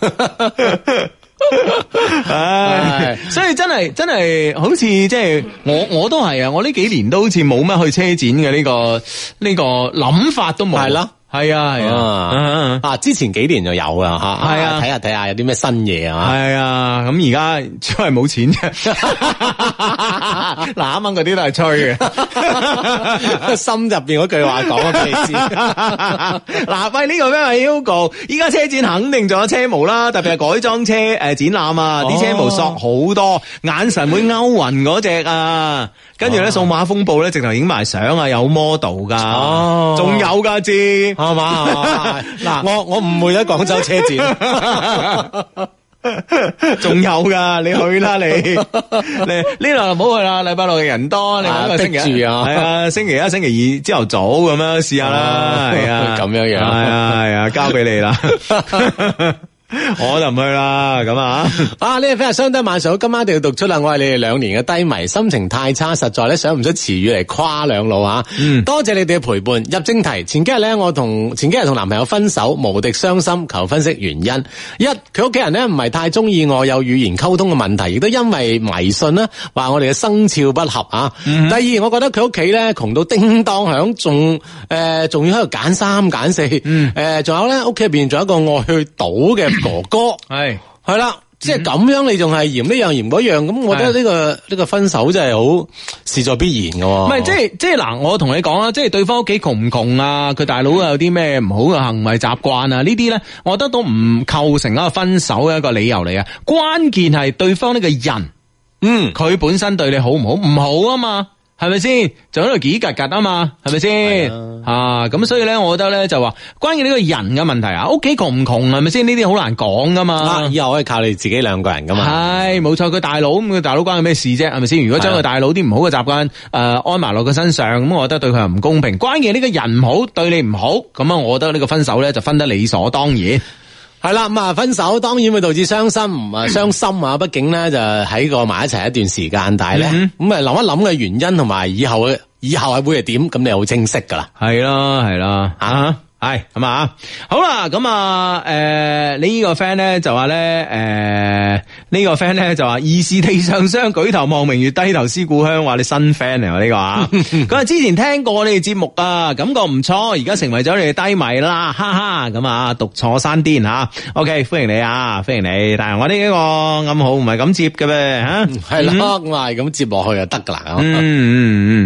A: 唉，所以真係真係好似即係我我都係啊，我呢幾年都好似冇乜去車展嘅呢個呢個諗法都冇，
C: 係咯，
A: 係啊係
C: 啊
A: 啊。
C: 啊！之前幾年就有啦吓，
A: 係啊
C: 睇下睇下有啲咩新
A: <laughs>
C: 嘢啊。
A: 系啊，咁而家主要系冇錢啫。嗱，
C: <laughs>
A: 啱啱嗰啲都係吹嘅。 <laughs>
C: 心入邊嗰句話講咗俾你
A: <laughs>
C: 知，
A: 嗱，喂，呢個咩啊？Hugo，依家車展肯定仲有車模啦，特別係改裝
C: 哦
A: 車诶展覽啊，啲車模索好多，眼神會勾暈嗰只啊。跟住咧，數碼風暴咧，直頭影埋相啊，有 model 噶
C: 哦，
A: 仲有噶知。
C: 係嘛？
D: À,
C: 嗱，我我誤會咗廣州車展。
A: 仲有噶，你去啦你，你呢度就唔好去啦，禮拜六嘅人多，你揾個星期一
C: 逼住啊
A: 係
D: à,
A: 啊，星期一、星期二朝頭早咁樣試下啦，
C: 哦
A: 係
D: à.
A: 啊，
C: 咁樣樣
A: 係啊係啊，交俾你啦，我就唔去啦，咁啊，
C: <laughs> 啊！呢位 friend 話相低晚上好，今晚一定要讀出啦！我係你哋兩年嘅低迷，心情太差，實在咧想唔出詞語嚟誇兩老啊！多謝你哋嘅陪伴。入正題，前幾日咧我同前幾日同男朋友分手，無敵傷心，求分析原因。一，佢屋企人咧唔係太中意我，有語言溝通嘅問題，亦都因為迷信啦，話我哋嘅生肖不合啊。第二，我覺得佢屋企咧窮到叮當響，仲誒仲要喺度揀三揀四，誒、仲有咧屋企入邊仲有一個愛去賭嘅哥哥。
A: 係。
C: 系啦，即系
A: 嗯
C: 咁样，你仲系嫌呢样嫌嗰样，咁我觉得呢、個个呢、个分手真系好事在必然嘅喎。
A: 唔係，即係即係嗱，我同你講啊啦，即係對方屋企窮唔窮啊，佢大佬有啲咩唔好嘅行為習慣啊，呢啲咧，我覺得都唔構成一個分手嘅一個理由嚟啊。關鍵係對方呢個人。
C: 嗯，
A: 佢本身對你好唔好？唔好啊嘛，係咪先？就喺度幾格格啊嘛，係咪先？啊，咁所以咧，我覺得咧就話，關於呢個人嘅問題啊，屋企窮唔窮係咪先？呢啲好難講噶
C: 啊，
A: 嘛。
C: 以後可以靠你自己兩個人噶嘛。
A: 係冇錯，佢大佬咁，佢大佬關佢咩事啫？係咪先？如果將
C: 係
A: 佢
C: 啊
A: 大佬啲唔好嘅習慣誒安埋落佢身上，咁我覺得對佢係唔公平。關鍵呢個人唔好，對你唔好，咁啊，我覺得呢個分手咧就分得理所當然。
C: 系啦，咁啊分手當然會導致傷心，
A: <coughs>
C: 唔啊傷心啊，畢竟咧就喺個埋一齊一段時間，但係咧
A: 嗯
C: 咁啊諗一諗嘅原因同埋以後嘅以後係會係點，咁你好清晰噶啦。
A: 系啦，系啦，啊。系咁啊，好啦，咁啊，诶、你呢個 friend 咧就話咧，诶、呢、個 friend 咧就話疑是地上霜，舉頭望明月，低頭思故鄉。話你新 friend 嚟喎呢個啊，佢話之前聽過你哋節目啊，感覺唔錯，而家成為咗你哋低迷啦， <laughs> 哈哈，咁啊，獨坐山巔吓，OK，歡迎你啊，歡迎你，但係我呢一個暗號唔係咁接嘅咩吓。
C: 係啦，咁啊係咁啊接落去就得噶啦。
A: 嗯嗯嗯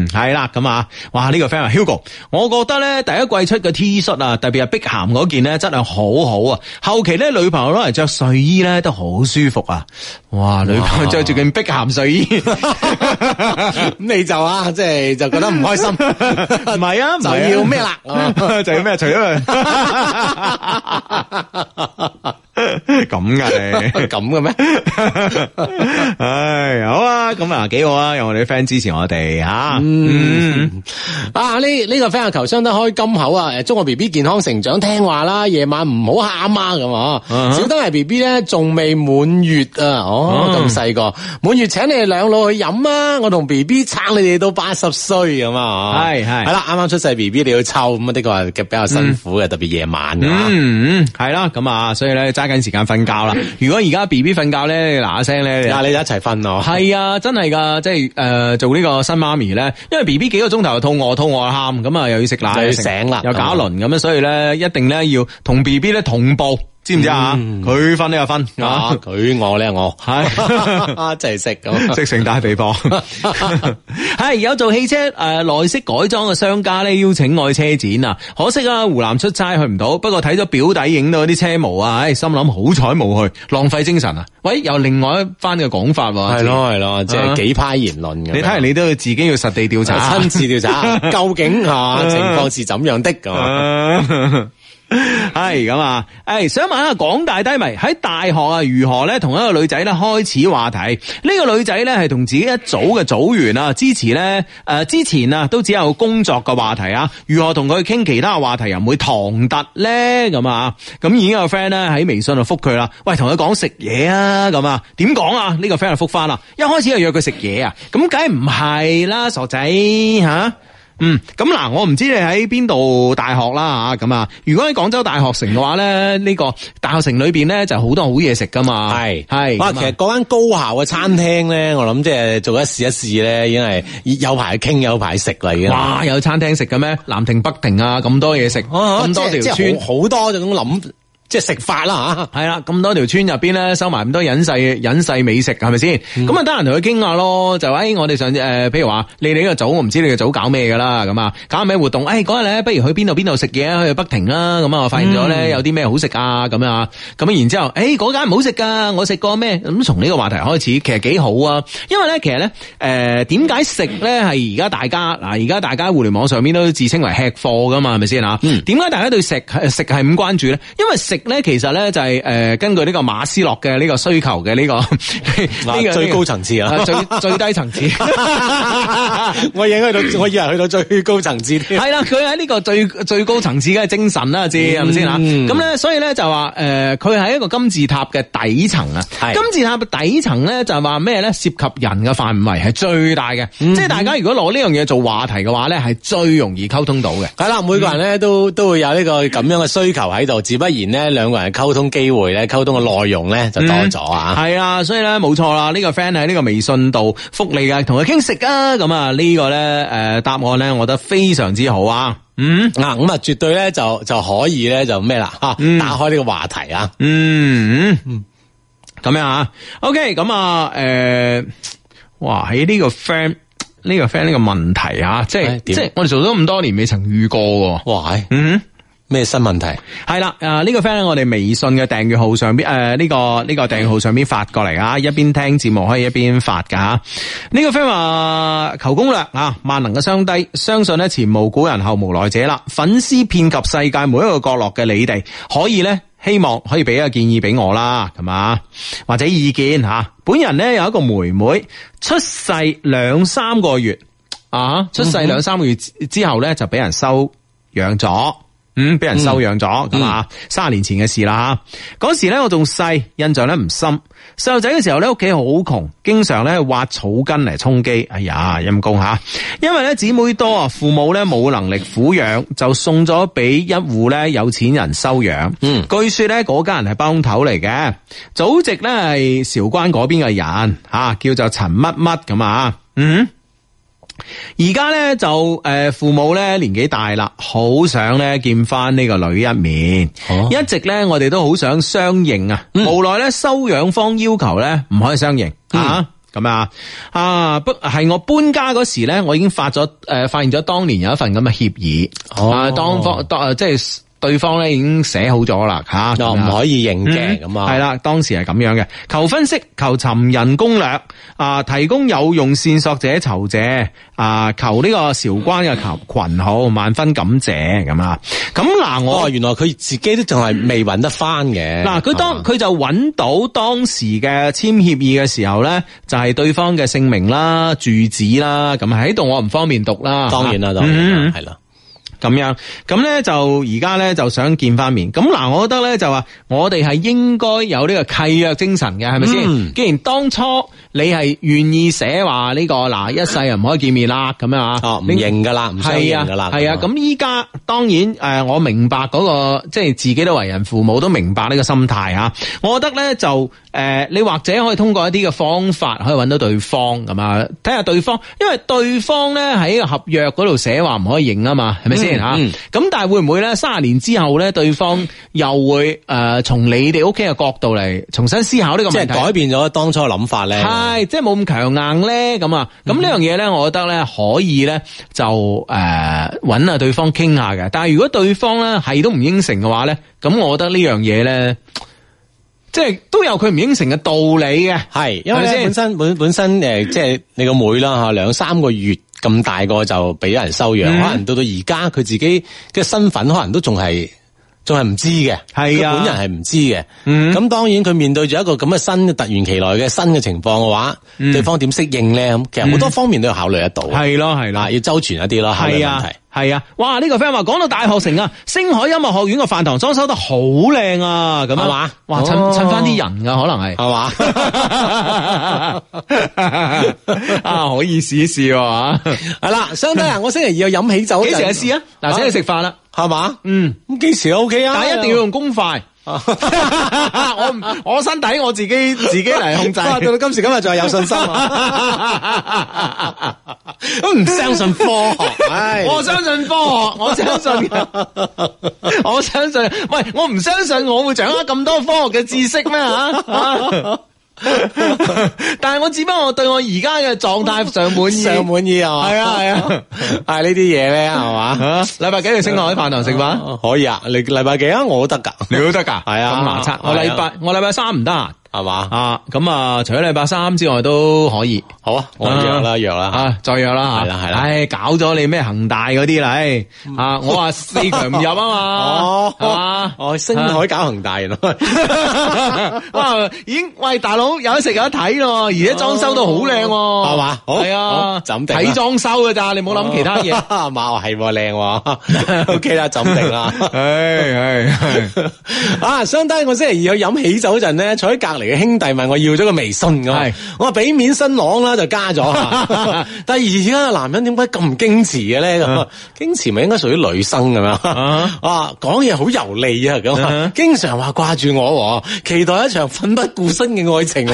A: 嗯，系啦，咁啊，哇！呢、個个 friend 話 Hugo，我覺得咧第一季出嘅 T 恤啊，特別係碧咸嗰件咧質量好好啊，後期咧女朋友攞嚟着睡衣咧都好舒服啊，哇！女朋友着住件碧咸睡衣，
C: 咁你就啊，即係就覺得唔開
A: <laughs>
C: 心，
A: 唔係啊，唔係啊
C: 就要咩啦？
A: 就要咩？除咗佢咁噶你。
C: 咁嘅咩？
A: 唉，好啊，咁啊幾好啊，有我哋啲 friend 支持我哋吓，嗯，
C: 啊！呢呢、個 friend 啊求相得開金口啊！誒，祝我 B B 健康成長，聽話啦，夜晚唔好喊啊咁啊！
A: 嗯哼
C: 小燈係 B B 咧，仲未滿月啊！哦，
A: 嗯
C: 咁細個滿月請你哋兩老去飲啊！我同 B B 撐你哋到八十歲咁啊！
A: 係係
C: 係啦，啱啱出世 B B 你要湊咁啊，的確係比較辛苦嘅，特別夜晚㗎啊！
A: 嗯嗯，系啦，咁啊，所以咧揸緊時間瞓覺啦。如果而家 B B 瞓覺咧，嗱嗱聲咧，
C: 啊，你哋一齊瞓哦！
A: 係啊，真係噶，即係诶、呃做呢個新媽咪咧，因為 B B 幾個鐘頭就肚餓，肚餓喊，咁啊又要食奶，
C: 又要
A: 成
C: 醒啦啊
A: 又搞一輪咁啊樣，所以咧一定咧要同 B B 咧同步，知唔知啊？佢瞓你就瞓
C: 嗯啊，
A: 啊，
C: 佢我
A: <laughs>
C: 咧我 <laughs> 啊
A: 係。
C: 一齊食
A: <laughs>
C: 咁。
A: 即成大肥婆，系有做汽車诶、呃、内饰改裝嘅商家咧邀請我去車展啊，可惜啊湖南出差去唔到，不過睇咗表弟影到啲車模啊，唉、心諗好彩冇去，浪費精神啊！喂，有另外一番嘅講法喎，
C: 係，咯係咯，即係幾派言論咁樣。
A: 啊你睇嚟你都要自己要實地調
C: <laughs> 就
A: 查，
C: 親自調查究竟 <laughs> 啊情況是怎樣的咁。啊
A: <laughs> 系咁啊！诶，想问下广大低迷喺大学啊，如何咧同一个女仔咧开始话题？呢、个女仔咧系同自己一组嘅组员啊，之前咧诶、呃之前啊都只有工作嘅话题啊，如何同佢倾其他嘅话题又唔会唐突咧？咁啊，咁已經有 friend 咧喺微信度复佢啦，喂，同佢讲食嘢啊，咁啊，点讲啊？呢、個个 friend 就复翻啦，一开始就约佢食嘢啊，咁梗系唔系啦，傻仔吓。嗯，咁嗱，我唔知你喺邊度大學啦吓，咁啊，如果喺廣州大學城嘅話咧，呢、個大學城裏边咧就好多好嘢食噶嘛，
C: 係
A: 系，咁
C: 哇！其
A: 啊
C: 實嗰間高校嘅餐廳咧，我諗即係做一試一試咧，已經係有排傾，有排食啦已經。
A: 哇有餐廳食嘅咩？南亭北亭啊，咁多嘢食，咁、
C: 啊！咁
A: 多
C: 多
A: 條
C: 條
A: 村
C: 村。好多種諗，即係食
A: <laughs>
C: 法啦
A: 系啦，咁多條村入边咧，收埋咁多隱世隱世美食，係咪先？咁啊、得閒同佢傾下咯，就诶、哎我哋上诶、呃譬如話你哋呢個組，我唔知你個組搞咩噶啦，咁啊，搞咩活動？诶、嗰日咧，不如去邊度邊度食嘢啊？去北亭啦，咁啊，我發現咗咧有啲咩好食啊，咁啊，咁然之後，诶、嗰間唔好食噶，啊我食過咩？咁從呢個話題開始，其實幾好啊，因為咧，其實咧，诶、點解食咧係而家大家嗱，而家大家互聯網上面都自稱為吃貨噶嘛，係咪先啊？
C: 嗯
A: 點解大家對食呃食係咁關注咧？因為食咧其實咧就係呃根據呢個馬斯洛嘅呢個需求嘅呢、個 <laughs> 呢、個
C: 最高層次啊
A: 啊最最低層
C: <laughs>
A: 次。 <laughs>
C: 嚇！ <laughs> 我已經去到，我以為去到最高層
A: <laughs>
C: 次添。
A: 系啦，佢喺呢個最最高層次嘅精神啦，知係咪先吓？咁咧，所以咧就話诶，呃佢、係一個金字塔嘅底層啊。
C: 係
A: 金字塔嘅底層咧就係話咩咧？涉及人嘅範圍係最大嘅，即係大家如果攞呢樣嘢做話題嘅話咧，係最容易溝通到嘅。
C: 係啦，每個人咧都都會有呢個咁樣嘅需求喺度，自不然咧兩個人溝通機會咧、溝通嘅內容咧就多咗啊！
A: 系啊，所以咧冇錯啦，呢、個 friend 喺呢個微信度覆你嘅，同佢傾食啊，咁啊呢個咧诶答案咧，我覺得非常之好啊，嗯。
C: 嗱，咁啊，絕對咧就就可以咧就咩啦吓，打開呢個話題啊！
A: 嗯，嗯咁样啊，OK，咁啊，诶、哇，喺呢个 friend 呢个 friend 呢个问题啊，即
C: 哎
A: 系即
C: 點
A: 系我哋做咗咁多年未曾遇过喎。
C: 哇，
A: 嗯啊
C: 咩新問題？
A: 哼，系啦，诶、呢、個个 friend 喺我哋微信嘅訂閱號上邊，诶、呢、個呢、個訂閱號上邊發過嚟啊，一邊聽節目可以一邊發噶吓。啊呢、個 friend 話求攻略啊，萬能嘅雙低，相信咧前無古人後無來者啦，粉絲遍及世界每一個角落嘅你哋，可以咧。希望可以俾一個建議俾我啦，咁啊，或者意見吓、本人咧有一個妹妹，出世兩三個月啊，出世兩三個月之之後咧就俾人收養咗。嗯，俾人收養咗咁啊，三十年前嘅事啦吓。嗰時咧我仲細，印象咧唔深。細路仔嘅時候咧屋企好窮，經常咧挖草根嚟充飢。哎呀，陰公吓！因為咧姊妹多啊，父母咧冇能力撫養，就送咗俾一戶咧有錢人收養。
C: 嗯
A: 據說咧嗰家人係包工頭嚟嘅，祖籍咧係韶關嗰邊嘅人吓、啊叫做陳乜乜咁啊。嗯。而家咧就誒、呃父母咧年紀大啦，好想咧見翻呢個女一面。一直咧我哋都好想相認啊，無奈咧收養方要求咧唔可以相認、啊。咁啊啊不係我搬家嗰時咧，我已經發咗誒、呃、發現咗當年有一份咁嘅協議。
C: 哦
A: 啊，當方當、呃、即係對方咧已經寫好咗啦嚇。
C: 又
A: 咁
C: 唔
A: 啊
C: 可以認嘅
A: 嗯
C: 咁啊，
A: 系啦，當時係咁樣嘅，求分析，求尋人攻略，啊，提供有用線索者酬謝，啊，求呢個韶關嘅群群號，萬分感謝咁啊。咁嗱，我
C: 哦，原來佢自己都仲係未揾得翻嘅。啊
A: 嗱，佢當
C: 係嘛
A: 佢就揾到當時嘅簽協議嘅時候咧，就係、對方嘅姓名啦、住址啦，咁啊喺度我唔方便讀啦。
C: 當然啦，當
A: 嗯
C: 然啦，係啦，
A: 咁樣，咁咧就而家咧就想見翻面。咁嗱，我覺得咧就話，我哋係應該有呢個契約精神嘅，係咪先？
C: 嗯
A: 既然當初你係願意寫話呢、個嗱一世又唔可以見面啦，咁樣啊，
C: 哦，唔
A: 你
C: 認噶啦，唔相
A: 係啊
C: 認噶，啦，
A: 係啊，咁依家當然誒、呃我明白嗰、個即係自己都為人父母，都明白呢個心態嚇。我覺得咧就誒、呃你或者可以通過一啲嘅方法，可以揾到對方咁啊，睇下對方，因為對方咧喺個合約嗰度寫話唔可以認啊嘛，係咪先嚇？咁、
C: 嗯
A: 但係會唔會咧三十年之後咧，對方又會誒、呃、從你哋屋企嘅角度嚟重新思考呢個
C: 即
A: 問
C: 係
A: 題？啊
C: 改變咗當初嘅諗法咧。
A: 系，即系冇咁強硬咧，咁啊，咁呢樣嘢咧，我覺得咧可以咧就诶揾下對方傾下嘅。但係如果對方咧係都唔應承嘅話咧，咁我覺得呢樣嘢咧，即係都有佢唔應承嘅道理嘅。
C: 係，因為
A: 係咪
C: 咧
A: 先
C: 本身本本身诶，呃即係你個妹啦吓，兩三個月咁大個就俾人收養，
A: 嗯
C: 可能到到而家佢自己嘅身份可能都仲係仲係唔知嘅，
A: 係啊
C: 佢本人係唔知嘅。
A: 嗯
C: 咁當然佢面對住一個咁嘅新嘅突然其來嘅新嘅情況嘅話，
A: 嗯
C: 對方點適應咧？咁其實好多方面都要考慮得到。啊
A: 係咯，係
C: 嗱，要周全一啲啦，考慮
A: 係
C: 問
A: 啊
C: 題。，
A: 係啊，哇！呢、個 friend 話講到大學城啊，星海音樂學院個飯堂裝修得好靚啊，咁啊
C: 係嘛
A: 哇，襯
C: 哦
A: 襯翻啲人噶，可能係。
C: 係嘛？
A: <laughs> 啊，
C: <laughs>
A: 可以試一試 <laughs> 喎。啊
C: 係啦，相對
A: 嗯
C: 啊，我星期二又飲喜酒，
A: 幾時去試啊？嗱，請你食飯啦，
C: 係嘛？
A: 嗯，啊
C: 咁幾時都 OK 啊？
A: 但係一定要用公筷。 <laughs> 我唔，我身體我自己自己嚟控制。
C: <laughs> 哇到到今時今日仲係有信心啊！都唔相信科學，唉
A: <laughs> 我相信科學，我相信， <laughs> 我相信。喂，我唔相信我會掌握咁多科學嘅知識咩吓？ <laughs> 但係我只不過我對我而家嘅狀態上滿意。
C: 上滿意啊！
A: 係啊係 <laughs> 啊，
C: 係呢啲嘢咧，係嘛？
A: 啊，禮拜幾去星海飯堂食飯？
C: 可
D: dạ,
C: 以啊，你禮拜幾啊？我都得㗎，
A: 你都得噶，
D: à.
C: 係啊
A: 咁難測。
C: 係啊
A: 我
D: dạ.
A: 禮拜我禮拜三唔得閒
C: 係嘛？
A: 啊，咁啊，除咗禮拜三之外都可以
C: 好啊，我約啦，約
A: <laughs>
C: 啦，
A: 啊，再約啦
C: 係啦係啦嗯
A: 唉，搞咗你咩恒大嗰啲啦，唉啊，我話四強唔入啊嘛啊
C: 哦，
A: 係嘛。
C: 哦，星海搞恒大原 <laughs> 來，
A: 哇！已經喂，大佬有得食有得睇咯，而且裝修都好靚喎，係
C: 哦係嘛好
A: 係啊，
C: 好就咁定啦
A: 睇裝修㗎咋，你冇諗其他
C: <laughs>
A: 嘢。
C: 啊嘛係喎靚喎 <laughs> ，OK 啦，就咁定啦。
A: 唉唉，
C: 啊，相低我星期二去飲喜酒嗰陣咧，坐喺隔離嘅兄弟問我要咗個微信
A: 係
C: 咁，啊我話俾面新郎啦就加咗， <laughs> 但係而家啊男人點解咁矜持嘅咧？咁啊矜持咪應該屬於女生咁樣
A: 啊
C: 啊，講嘢好油膩啊咁啊，經常話掛住我喎，期待一場奮不顧身嘅愛情喎， <laughs>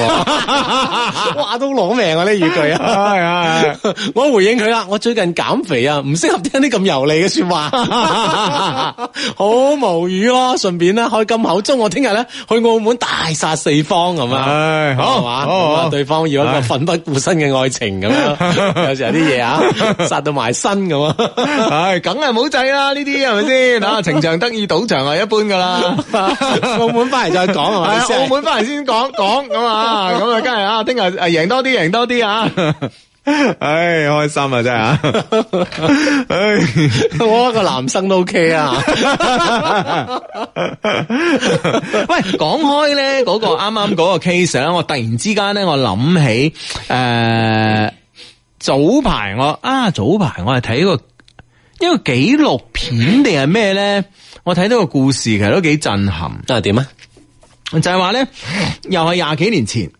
C: 哇都攞命啊呢語句啊！
A: 係啊！
C: <laughs> 我回應佢啦，我最近減肥啊，唔適合聽啲咁油膩嘅说話， <laughs> 好無語咯。順便咧開金口，祝我聽日咧去澳門大殺四方咁啊！
A: 唉，好，
C: 係嘛，咁啊，對方要一個奮不顧身嘅愛情咁樣， <laughs> 有時候啲
A: <laughs>
C: 嘢啊，殺到埋身咁啊！
A: 唉，梗係冇制啦，呢啲係咪
C: <laughs>
A: 先？啊，情場得意，賭場係一般噶啦。
C: 澳門翻嚟再講
A: 係
C: 係嘛，
A: 啊
C: 你先
A: 澳門翻嚟先講講咁啊，咁啊，梗係啊，聽日誒贏多啲，贏多啲啊！唉，開心啊，真係啊！唉。
C: <laughs> 我一個男生都 OK 啊，
A: <laughs> 喂，講開咧，嗰、個啱啱嗰個 case 咧，我突然之間咧，我諗起诶、呃早排我啊，早排我係睇一個一個紀錄片定係咩咧？我睇到個故事其實都幾震撼。
C: 啊點啊？
A: 就係話咧，又係廿幾年前，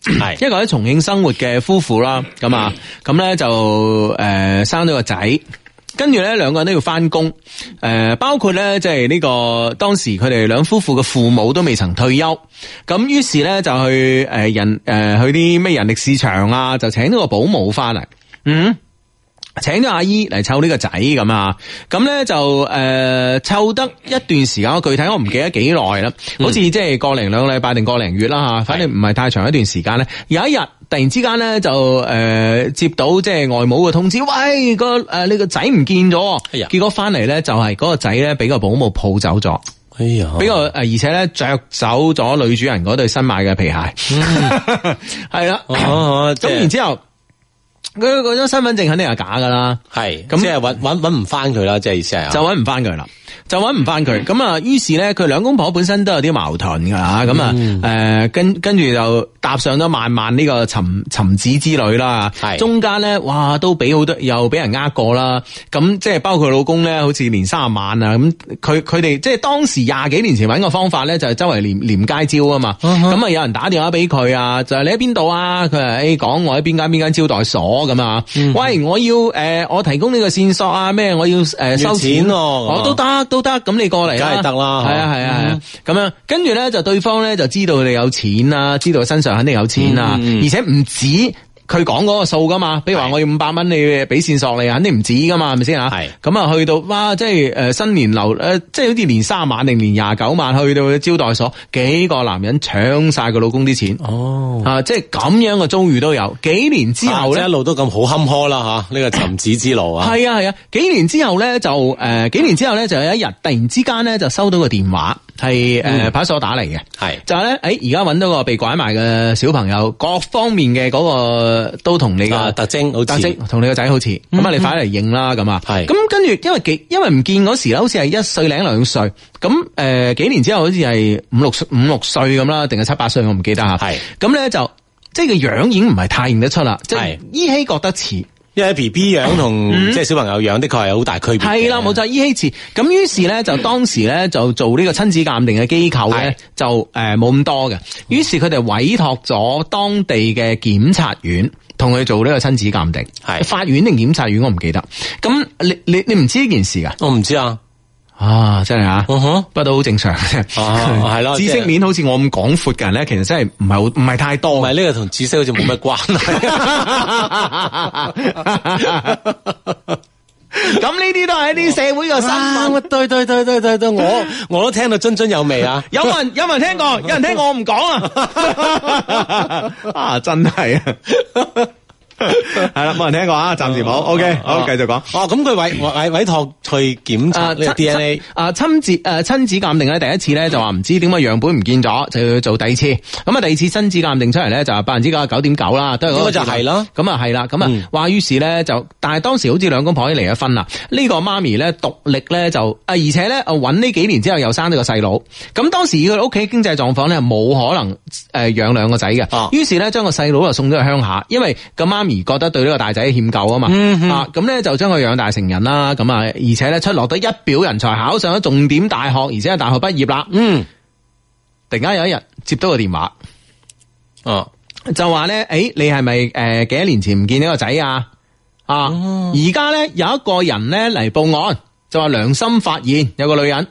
A: <clears throat>
C: 係
A: 一個喺重慶生活嘅夫婦啦，咁啊，咁咧就诶、呃生咗個仔。跟住咧，兩個人都要翻工，诶、包括咧，即係呢個當時佢哋兩夫婦嘅父母都未曾退休，咁於是咧就去诶、呃人诶、呃去啲咩人力市場啊，就請呢個保姆翻嚟，嗯。請咗阿姨嚟湊呢個仔咁啊，咁咧就诶湊、得一段時間，我具體我唔記得幾耐啦，好
C: 嗯
A: 似即係個零兩個禮拜定個零月啦吓，反正唔係太長一段時間咧。有一日突然之間咧就诶、呃接到即係外母嘅通知，喂個诶你個仔唔見咗，
C: 哎呀
A: 結果翻嚟咧就係嗰個仔咧俾個保姆抱走咗。
C: 哎呀，
A: 俾個誒，呃而且咧着走咗女主人嗰對新買嘅皮鞋， <laughs> 係啦。
C: 嗯哦即
A: 咁
C: 係
A: 然之後，佢嗰張身份證肯定係假噶啦，
C: 係
A: 咁
C: 咁即係揾揾揾唔翻佢啦，即係意思係啊
A: 就揾唔翻佢啦，就揾唔翻佢。咁啊，於是咧，佢兩公婆本身都有啲矛盾噶啦，咁啊，
C: 嗯
A: 誒跟跟住就踏上咗漫漫呢個尋尋子之旅啦。
C: 係
A: 中間咧，哇，都俾好多又俾人呃過啦。咁即係包括佢老公咧，好似年卅萬啊，咁佢佢哋即係當時廿幾年前揾個方法咧，就係周圍連連街招啊嘛。
C: 嗯
A: 咁啊，有人打電話俾佢啊，就係你喺邊度啊？佢話誒講我喺邊間邊間招待所咁啊。
C: 嗯
A: 喂，我要誒我提供呢個線索啊，咩我要誒
C: 要
A: 收
C: 錢
A: 錢
C: 喎
A: 我都得都得，咁你過嚟啦，
C: 梗係得啦嗯
A: 係啊係啊係啊，咁樣跟住咧就對方咧就知道你有錢啦，知道身上肯定有錢啦，
C: 嗯
A: 而且唔止。佢講嗰個數噶嘛，比如話我要五百蚊，你俾線索你，肯定唔止噶嘛，係咪先啊？
C: 係
A: 咁啊，去到哇，即係誒新年流誒、呃即係好似年卅晚定年廿九晚，去到招待所，幾個男人搶晒佢老公啲錢，
C: 哦。
A: 啊，即係咁樣嘅遭遇都有。幾年之
C: 之
A: 後
C: 後
A: 咧
C: 啊一，路都咁好坎坷啦吓，呢個尋子之
A: <coughs>
C: 路啊，
A: 系啊系啊，幾年之後咧就誒、呃，幾年之後咧就有一日突然之間咧就收到個電話係
C: 嗯
A: 誒呃派出所打嚟嘅，
C: 係
A: 就係咧誒而家揾到個被拐賣嘅小朋友，各方面嘅嗰個都同你
C: 啊
A: 嘅
C: 特徵好似嗯
A: 特徵同你個仔好似，咁啊你快嚟認啦咁啊，
C: 係
A: 咁跟住因為幾因為唔見嗰時咧，好似係一歲零兩歲，咁誒幾年之後好似係五六歲五六歲咁啦，定係七八歲我唔記得啊，
C: 係
A: 咁咧就即係個樣已經唔係太認得出啦，即係
C: 係
A: 依稀覺得似。
C: 因為 B B 樣同即係小朋友樣的確係有好大區別嘅。
A: 嗯係啦，冇錯，依希次。咁於是咧，就當時咧就做呢個親子鑑定嘅機構咧
C: 係，
A: 就誒冇咁多嘅。於是佢哋委託咗當地嘅檢察院。同佢做呢個親子鑑定，
C: 係
A: 法院定檢察院我唔記得。咁你你你唔知呢件事噶？
C: 我唔知啊，
A: 啊，真係啊！
C: 嗯哼。
A: 不過都好正常嘅，
C: 哦係
A: <laughs>
C: 咯
A: 知
C: 即
A: 識
C: 係
A: 面好似我咁廣闊嘅人咧，其實真係唔係好唔係太多
C: 唔
A: 嘅
C: 係呢個同紫色好似冇乜關係。
A: <laughs> 咁呢啲都係一啲社會嘅新聞。
C: <laughs> 啊對對對對對對， <laughs> 我我都聽到津津有味啊！
A: 有冇人有冇人聽
C: <laughs>
A: 過？有人聽過我唔講啊！啊，真係啊！系啦，冇人聽過啊，暫時冇。OK，好，繼續講。
C: 哦，咁佢委委委託去檢查呢個 DNA，
A: 啊親子誒親子鑑定咧，第一次咧就話唔知點解樣本唔見咗，就要做第二次。咁啊，第二次親子鑑定出嚟咧就係百分之九十九點九啦，都係嗰個
C: 應該就係啦
A: 咁啊係啦，咁啊，哇！於是咧就，但係當時好似兩公婆已經離咗婚啊啦。呢、個媽咪咧獨力咧就啊，而且咧啊揾呢幾年之後又生咗個細佬。咁當時以佢屋企經濟狀況咧，冇可能誒養兩個仔嘅。
C: 啊
A: 於是咧將個細佬就送咗去鄉下，因為個媽咪覺得對呢個大仔欠夠啊嘛。啊，咁咧就將佢養大成人啦。咁啊，而且咧出落得一表人才，考上咗重點大學，而且係大學畢業啦。
C: 嗯，
A: 突然間有一日接到個電話。
C: 哦，
A: 就話咧，诶、你係咪诶几多年前唔見呢個仔啊？啊，而家咧有一個人咧嚟報案，就話良心發現有個女人，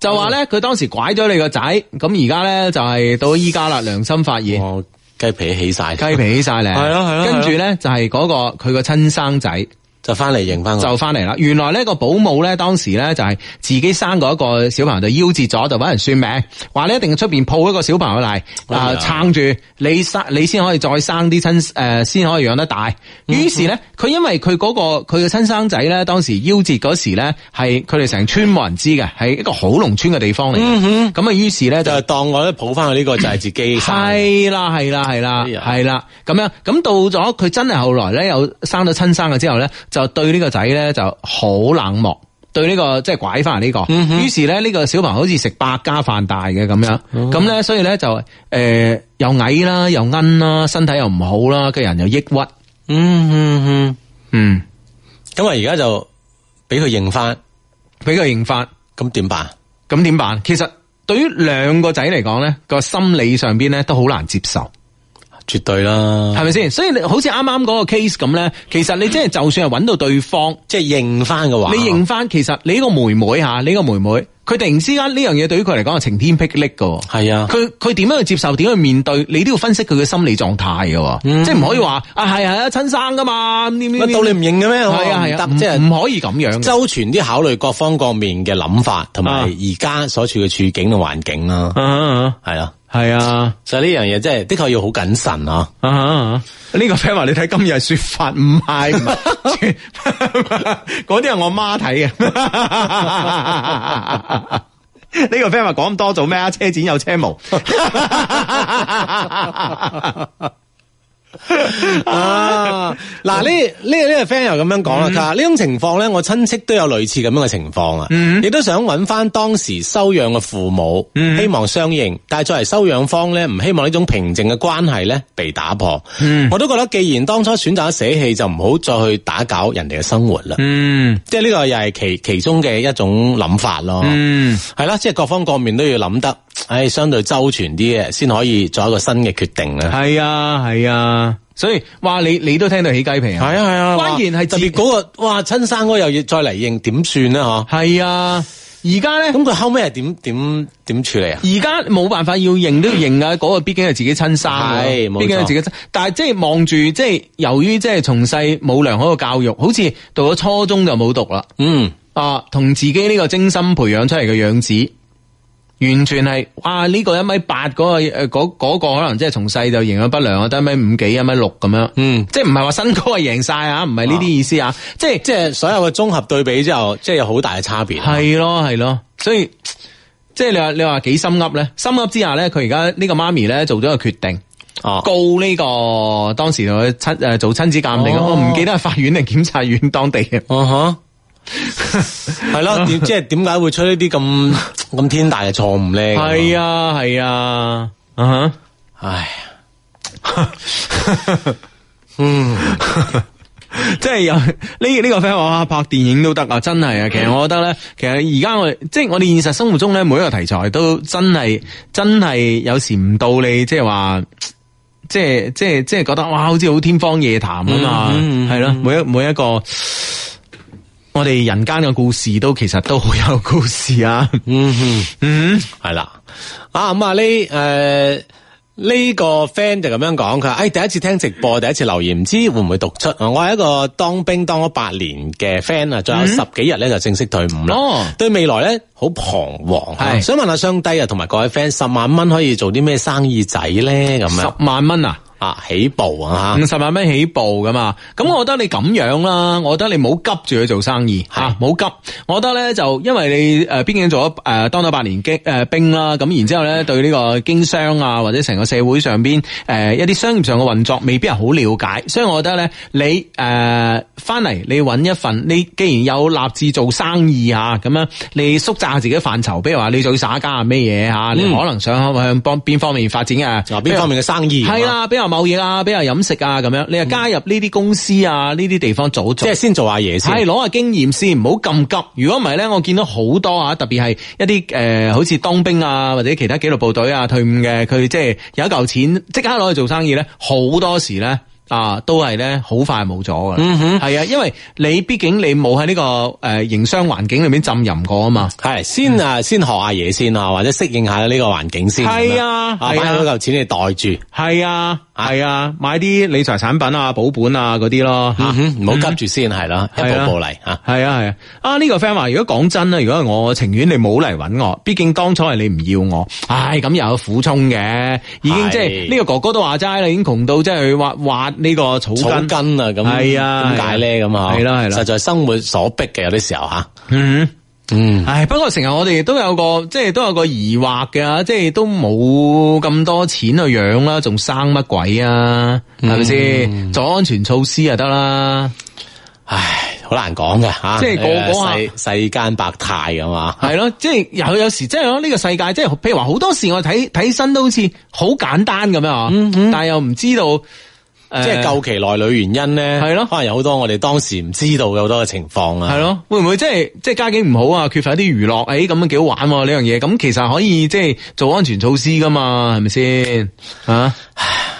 A: 就話咧佢當時拐咗你個仔，咁而家咧就係到依家啦，良心發現。
C: 我雞皮起晒，
A: 雞皮起晒咧，
C: 係咯係咯
A: 跟住咧就係嗰、個佢個親生仔
C: 就翻嚟認翻我。
A: 就翻嚟啦。原來呢個保姆咧當時咧就係自己生過一個小朋友就夭折咗，就揾人算命，話咧一定要出邊抱一個小朋友嚟啊
C: 呀
A: 撐住你生你先可以再生啲親誒先可以養得大。於是咧，佢因為佢嗰、個佢嘅親生仔咧當時夭折嗰時咧係佢哋成村冇人知嘅，係一個好農村嘅地方嚟嘅。咁啊、於是咧就
C: 就當我咧抱翻佢呢個就係自己生嘅
A: 係啦，係啦，係啦，
C: 哎呀
A: 係啦，咁樣咁到咗佢真係後來咧，有生咗親生嘅之後咧，就對呢個仔咧就好冷漠。對呢、個即係拐翻嚟呢個，
C: 嗯
A: 於是咧呢個小朋友好似食百家飯大嘅咁樣，
C: 哦
A: 咁咧所以咧就誒、呃又矮啦，又奀啦，身體又唔好啦，個人又抑鬱，
C: 嗯嗯嗯，
A: 嗯，
C: 咁啊而家就俾佢認翻，
A: 俾佢認法。
C: 咁點辦？
A: 咁點辦？其實對於兩個仔嚟講咧，個心理上邊咧都好難接受。
C: 绝对啦，
A: 係咪先？所以你好似啱啱嗰個 case 咁咧，其實你即係就算係揾到對方，
C: 即系认翻嘅话，
A: 你認翻，其實你呢個妹妹吓，你呢個妹妹，佢突然之間呢樣嘢對於佢嚟講係晴天霹靂噶。
C: 係啊
A: 佢佢點樣去接受，點樣去面對，你都要分析佢嘅心理狀態噶，
C: 嗯
A: 即係唔可以話啊係係啊親生噶嘛，咁點點
C: 乜
A: 點
C: 道理唔认嘅咩？
A: 係啊係
C: 唔
A: 啊，
C: 得即係嗯
A: 唔唔可以咁樣嘅。
C: 周全啲考慮各方各面嘅諗法，同埋
A: 嗯啊
C: 而家所處嘅處境同環境啦，
A: 啊
C: 係啦，
A: 係啊。
C: 所以呢樣嘢真係的確要好謹慎啊！
A: 啊啊！呢個 friend 話你睇今日說法唔係唔係，全嗰啲係我媽睇嘅。呢個 friend 話講咁多做咩啊？車展有車模。
C: 啊，
A: 嗯
C: 嗱呢呢個呢個 friend 又咁樣講啦，佢話呢種情況咧，我親戚都有類似咁樣嘅情況啊，
A: 嗯
C: 亦都想揾翻當時收養嘅父母，希望相應，但係作為收養方咧，唔希望呢種平靜嘅關係咧被打破。
A: 嗯
C: 我都覺得，既然當初選擇咗捨棄，就唔好再去打攪人哋嘅生活啦。
A: 嗯
C: 即係呢個又係其其中嘅一種諗法咯。
A: 嗯，
C: 係啦，即係各方各面都要諗得，唉，相對周全啲嘅，先可以做一個新嘅決定咧。
A: 係啊係啊，所以哇你你都聽到起雞皮啊？
C: 係啊
A: 關鍵係
C: 特
A: 自
C: 別嗰個哇親生嗰個又要再嚟認，點算
A: <laughs>
C: 咧？嗬？
A: 係啊，而家咧。
C: 咁佢後尾係點點點處理啊？
A: 而家冇辦法要認都要認啊！嗰、個畢竟係自己親生㗎，
C: 係冇錯
A: 畢竟係自己親。但係即係望住，即係由於即係從細冇良好嘅教育，好似到咗初中就冇讀啦。
C: 嗯，
A: 啊，同自己呢個精心培養出嚟嘅樣子，完全係哇！呢、個一米八嗰、個誒嗰嗰個可能即係從細就營養不良啊，得一米五幾、一米六咁樣。
C: 嗯，
A: 即係唔係話身高係贏晒啊？唔係呢啲意思啊，即係
C: 即係所有嘅綜合對比之後，即係有好大嘅差啊別。
A: 系咯系咯，所以即系你话你话几心噏咧？心噏之下咧，佢而家呢个妈咪咧做咗个决定。
C: 哦
A: 告呢、個當時佢親誒做親子鑑定，
C: 哦
A: 我唔記得係法院定檢察院當地嘅。<laughs>
C: 啊哈，係咯，點即係點解會出呢啲咁咁天大嘅錯誤咧？
A: 係啊係啊，啊哈 <laughs>
C: 唉，嗯
A: 即係有呢呢個 friend 話哇拍電影都得啊，真係啊！其
C: 嗯
A: 實我覺得咧，其實而家我哋即係我哋現實生活中咧，每一個題材都真係真係有時唔到你即係話。即係即係即係覺得哇，好似好天方夜譚啊嘛，
C: 嗯嗯嗯
A: 係咯、每一每一個我哋人間嘅故事都其實都好有故事啊，
C: 嗯哼。
A: 嗯，
C: 系啦，啊咁啊呢诶呢個 friend 就咁樣講，佢話：，哎诶、第一次聽直播，第一次留言，唔知會唔會讀出？我係一個當兵當咗八年嘅 friend 啊，仲有十幾日咧就正式退伍
A: 嗯
C: 啦。
A: 哦
C: 對未來咧好彷徨，
A: 係
C: 想問下上帝啊，同埋各位 friend，十萬蚊可以做啲咩生意仔咧？咁樣
A: 十嗯萬蚊啊！
C: 啊，起步啊
A: 五十萬蚊起步噶嘛，咁我覺得你咁樣啦，我覺得你唔好急住去做生意吓，唔好急。我覺得咧就因為你诶，毕竟做咗诶、呃、当咗八年經诶、呃兵啦，咁然之后咧對呢個經商啊或者成個社會上邊诶、呃一啲商業上嘅運作未必係好了解，所以我覺得咧你诶翻嚟你揾一份，你既然有立志做生意吓，咁樣你縮窄下自己嘅範疇，比如話你做耍家啊咩嘢吓，你可能想向幫邊方面發展啊，
C: 嗯吓，啊邊方面嘅生意
A: 系，啦，比如貿易啊，比如飲食啊咁樣，你又加入呢啲公司啊，呢啲地方做一
C: 即
A: 做
C: 係。先做下嘢
A: 系
C: 先。
A: 攞下經驗先，唔好咁急。如果唔係咧，我見到好多啊，特別係一啲诶、呃好似當兵啊或者其他紀律部隊啊退伍嘅，佢即係有一嚿錢即刻攞去做生意咧，好多時咧。啊，都係咧，好快冇咗噶啦，係啊、因為你畢竟你冇喺呢個誒、呃營商環境裏面浸淫過啊嘛，
C: 係先啊，先學下嘢先啊，或者適應下呢個環境先。
A: 嗯係啊
C: 啊，
A: 係啊
C: 擺好嚿錢你袋住。
A: 係啊，係啊，買啲理財產品啊、保本啊嗰啲咯，嚇
C: 嗯哼，唔好急住先，係啦，一步步嚟吓。
A: 系啊系啊，啊呢、個个 friend 话，如果講真啦，如果係我，我情願你冇嚟揾我，畢竟當初係你唔要我，唉咁又有苦衷嘅，已經即係
C: 係
A: 呢個哥哥都話齋啦，已經窮到即係去挖挖呢個草
C: 草
A: 根，
C: 根啊，咁
A: 係啊
C: 點解咧咁啊？
A: 係啦係啦
C: 實在生活所逼嘅有啲時候啊吓，
A: 嗯。
C: 嗯，
A: 唉，不過成日我哋都有個即係都有個疑惑嘅，即係都冇咁多錢去養啦，仲生乜鬼啊？係咪先？做安全措施就得啦。
C: 唉，好難講嘅吓，
A: 即係個個啊
C: 世世間百態咁啊，
A: 系咯，即係有有時真係咯，呢個世界即係譬如話好多事我睇睇起身都好似好簡單咁樣啊，但係又唔知道誒
C: 嗯即係究其內裏原因咧，
A: 係咯
C: 可能有好多我哋當時唔知道嘅好多嘅情況啊。
A: 系咯，會唔會即係即系家境唔好啊？缺乏一啲娛樂，诶咁樣幾好玩喎呢樣嘢，咁其實可以即係做安全措施噶嘛，係咪先啊？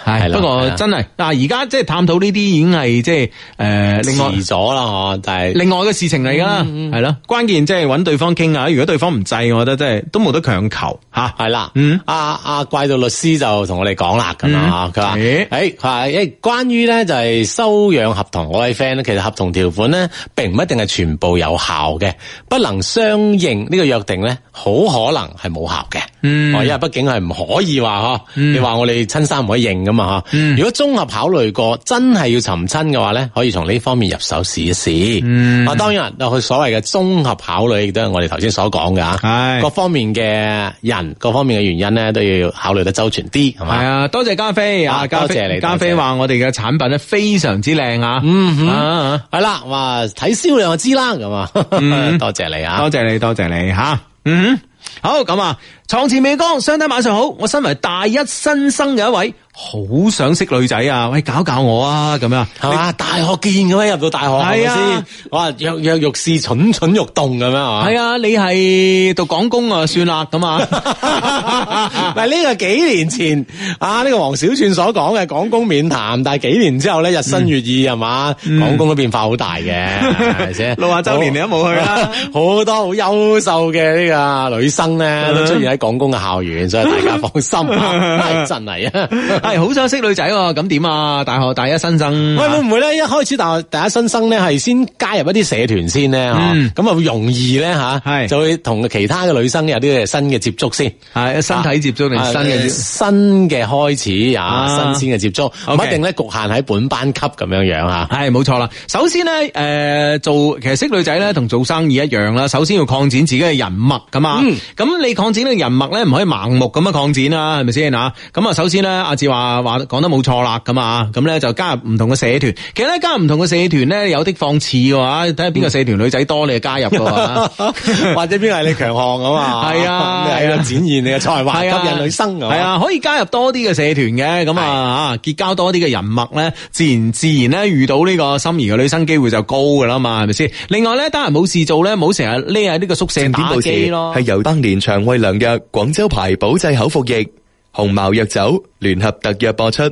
C: 係
A: 系，
C: 啦
A: 不過
C: 係啦
A: 真係嗱，而家即係探討呢啲已經係即係诶，誒另外
C: 遲咗啦，嗬，但係
A: 另外嘅事情嚟噶啦，
C: 嗯
A: 係咯，關鍵即係揾對方傾下，如果對方唔制，我覺得真係都冇得強求吓。
C: 係啦，
A: 嗯
C: 阿阿怪盜律師就同我哋講啦，咁啊，
A: 嗯
C: 佢話，
A: 咦
C: 誒，佢話，誒，關於咧就係收養合同，我位 friend 咧，其實合同條款咧並唔一定係全部有效嘅，不能相應呢個約定咧，好可能係冇效嘅，
A: 嗯
C: 哦因為畢竟係唔可以話嗬，你話我哋親生唔可以認噶嘛嗬，
A: 嗯
C: 如果綜合考慮過，真係要尋親嘅話咧，可以從呢方面入手試一試，
A: 嗯
C: 啊，當然，佢所謂嘅綜合考慮，亦都係我哋頭先所講嘅
A: 係
C: 各方面嘅人，各方面嘅原因咧，都要考慮得周全啲，係
A: 係
C: 嘛？
A: 啊，多謝加菲啊，
C: 啊
A: 加
C: 多謝
A: 菲
C: 你
A: 加菲
C: 多謝
A: 話我哋嘅產品咧非常之靚啊，
C: 嗯
A: 啊啊
C: 係啦，哇！睇銷量就知啦，咁啊，
A: 嗯
C: <laughs> 多謝你啊
A: 多！謝你，多謝你吓，嗯哼。好咁啊！床前美光，相低晚上好。我身為大一新生嘅一位，好想識女仔啊！喂，搞搞我啊！咁樣
C: 係嘛？大學見嘅咩？入到大學係
A: 係
C: 咪
A: 啊
C: 先？哇！躍躍欲試，蠢蠢欲動咁樣啊！
A: 係啊，你係讀港工啊，算啦咁啊。
C: <laughs> 嗱，呢個幾年前啊，呢個黃小串所講嘅廣工免談，但係幾年之後咧，日新月異係嘛，廣工都變化好大嘅，係咪先？
A: 嗯 <laughs> 六啊周年你都冇去啦， <laughs>
C: <laughs> 好多好優秀嘅呢個女生咧，都出現喺廣工嘅校園，所以大家放心
A: <laughs>
C: 啊，真係啊！
A: 係好想識女仔喎，咁點啊？大學大一新生，
C: 喂，會唔會咧？一開始大學第一新生咧，係先加入一啲社團先咧，嚇
A: 嗯
C: 咁啊會容易咧嚇，
A: 係
C: 就會同其他嘅女生有啲新嘅接觸先。
A: 係身體接觸定新嘅
C: 啊
A: 接
C: 新嘅開始
A: 啊
C: 啊，新鮮嘅接觸，唔
A: OK
C: 一定咧局限喺本班級咁樣樣啊。
A: 系冇錯啦。首先咧，诶、做其實識女仔咧，同做生意一樣啦。首先要擴展自己嘅人脈噶嘛。
C: 嗯
A: 咁、你擴展呢個人脈咧，唔可以盲目咁樣擴展啦，係咪先啊？咁啊，首先咧，阿志話話講得冇錯啦，咁啊，咁咧就加入唔同嘅社團。其實咧，加入唔同嘅社團咧，有的放矢嘅話，睇下邊個社團女仔多，你就加入嘅喎。
C: <laughs> 或者邊個係你強項啊嘛？
A: 係啊
C: <laughs> 你喺
A: 係啊
C: 度展現你嘅才華，
A: 係啊
C: 吸引女生
A: 係啊，可以加入多啲嘅社團嘅，咁啊啊結交多啲嘅人脈咧，自然自然咧遇到呢個心儀嘅女生機會就高噶啦嘛，係咪先？另外咧，得閒冇事做咧，唔好成日匿喺呢個宿舍
D: 正點
A: 打
D: 報
A: 機
D: 時
A: 咯。
D: 係由百年腸胃良藥廣州牌保濟口服液、紅茅藥酒聯合特約播出。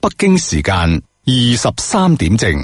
E: 北京時間二十三點正。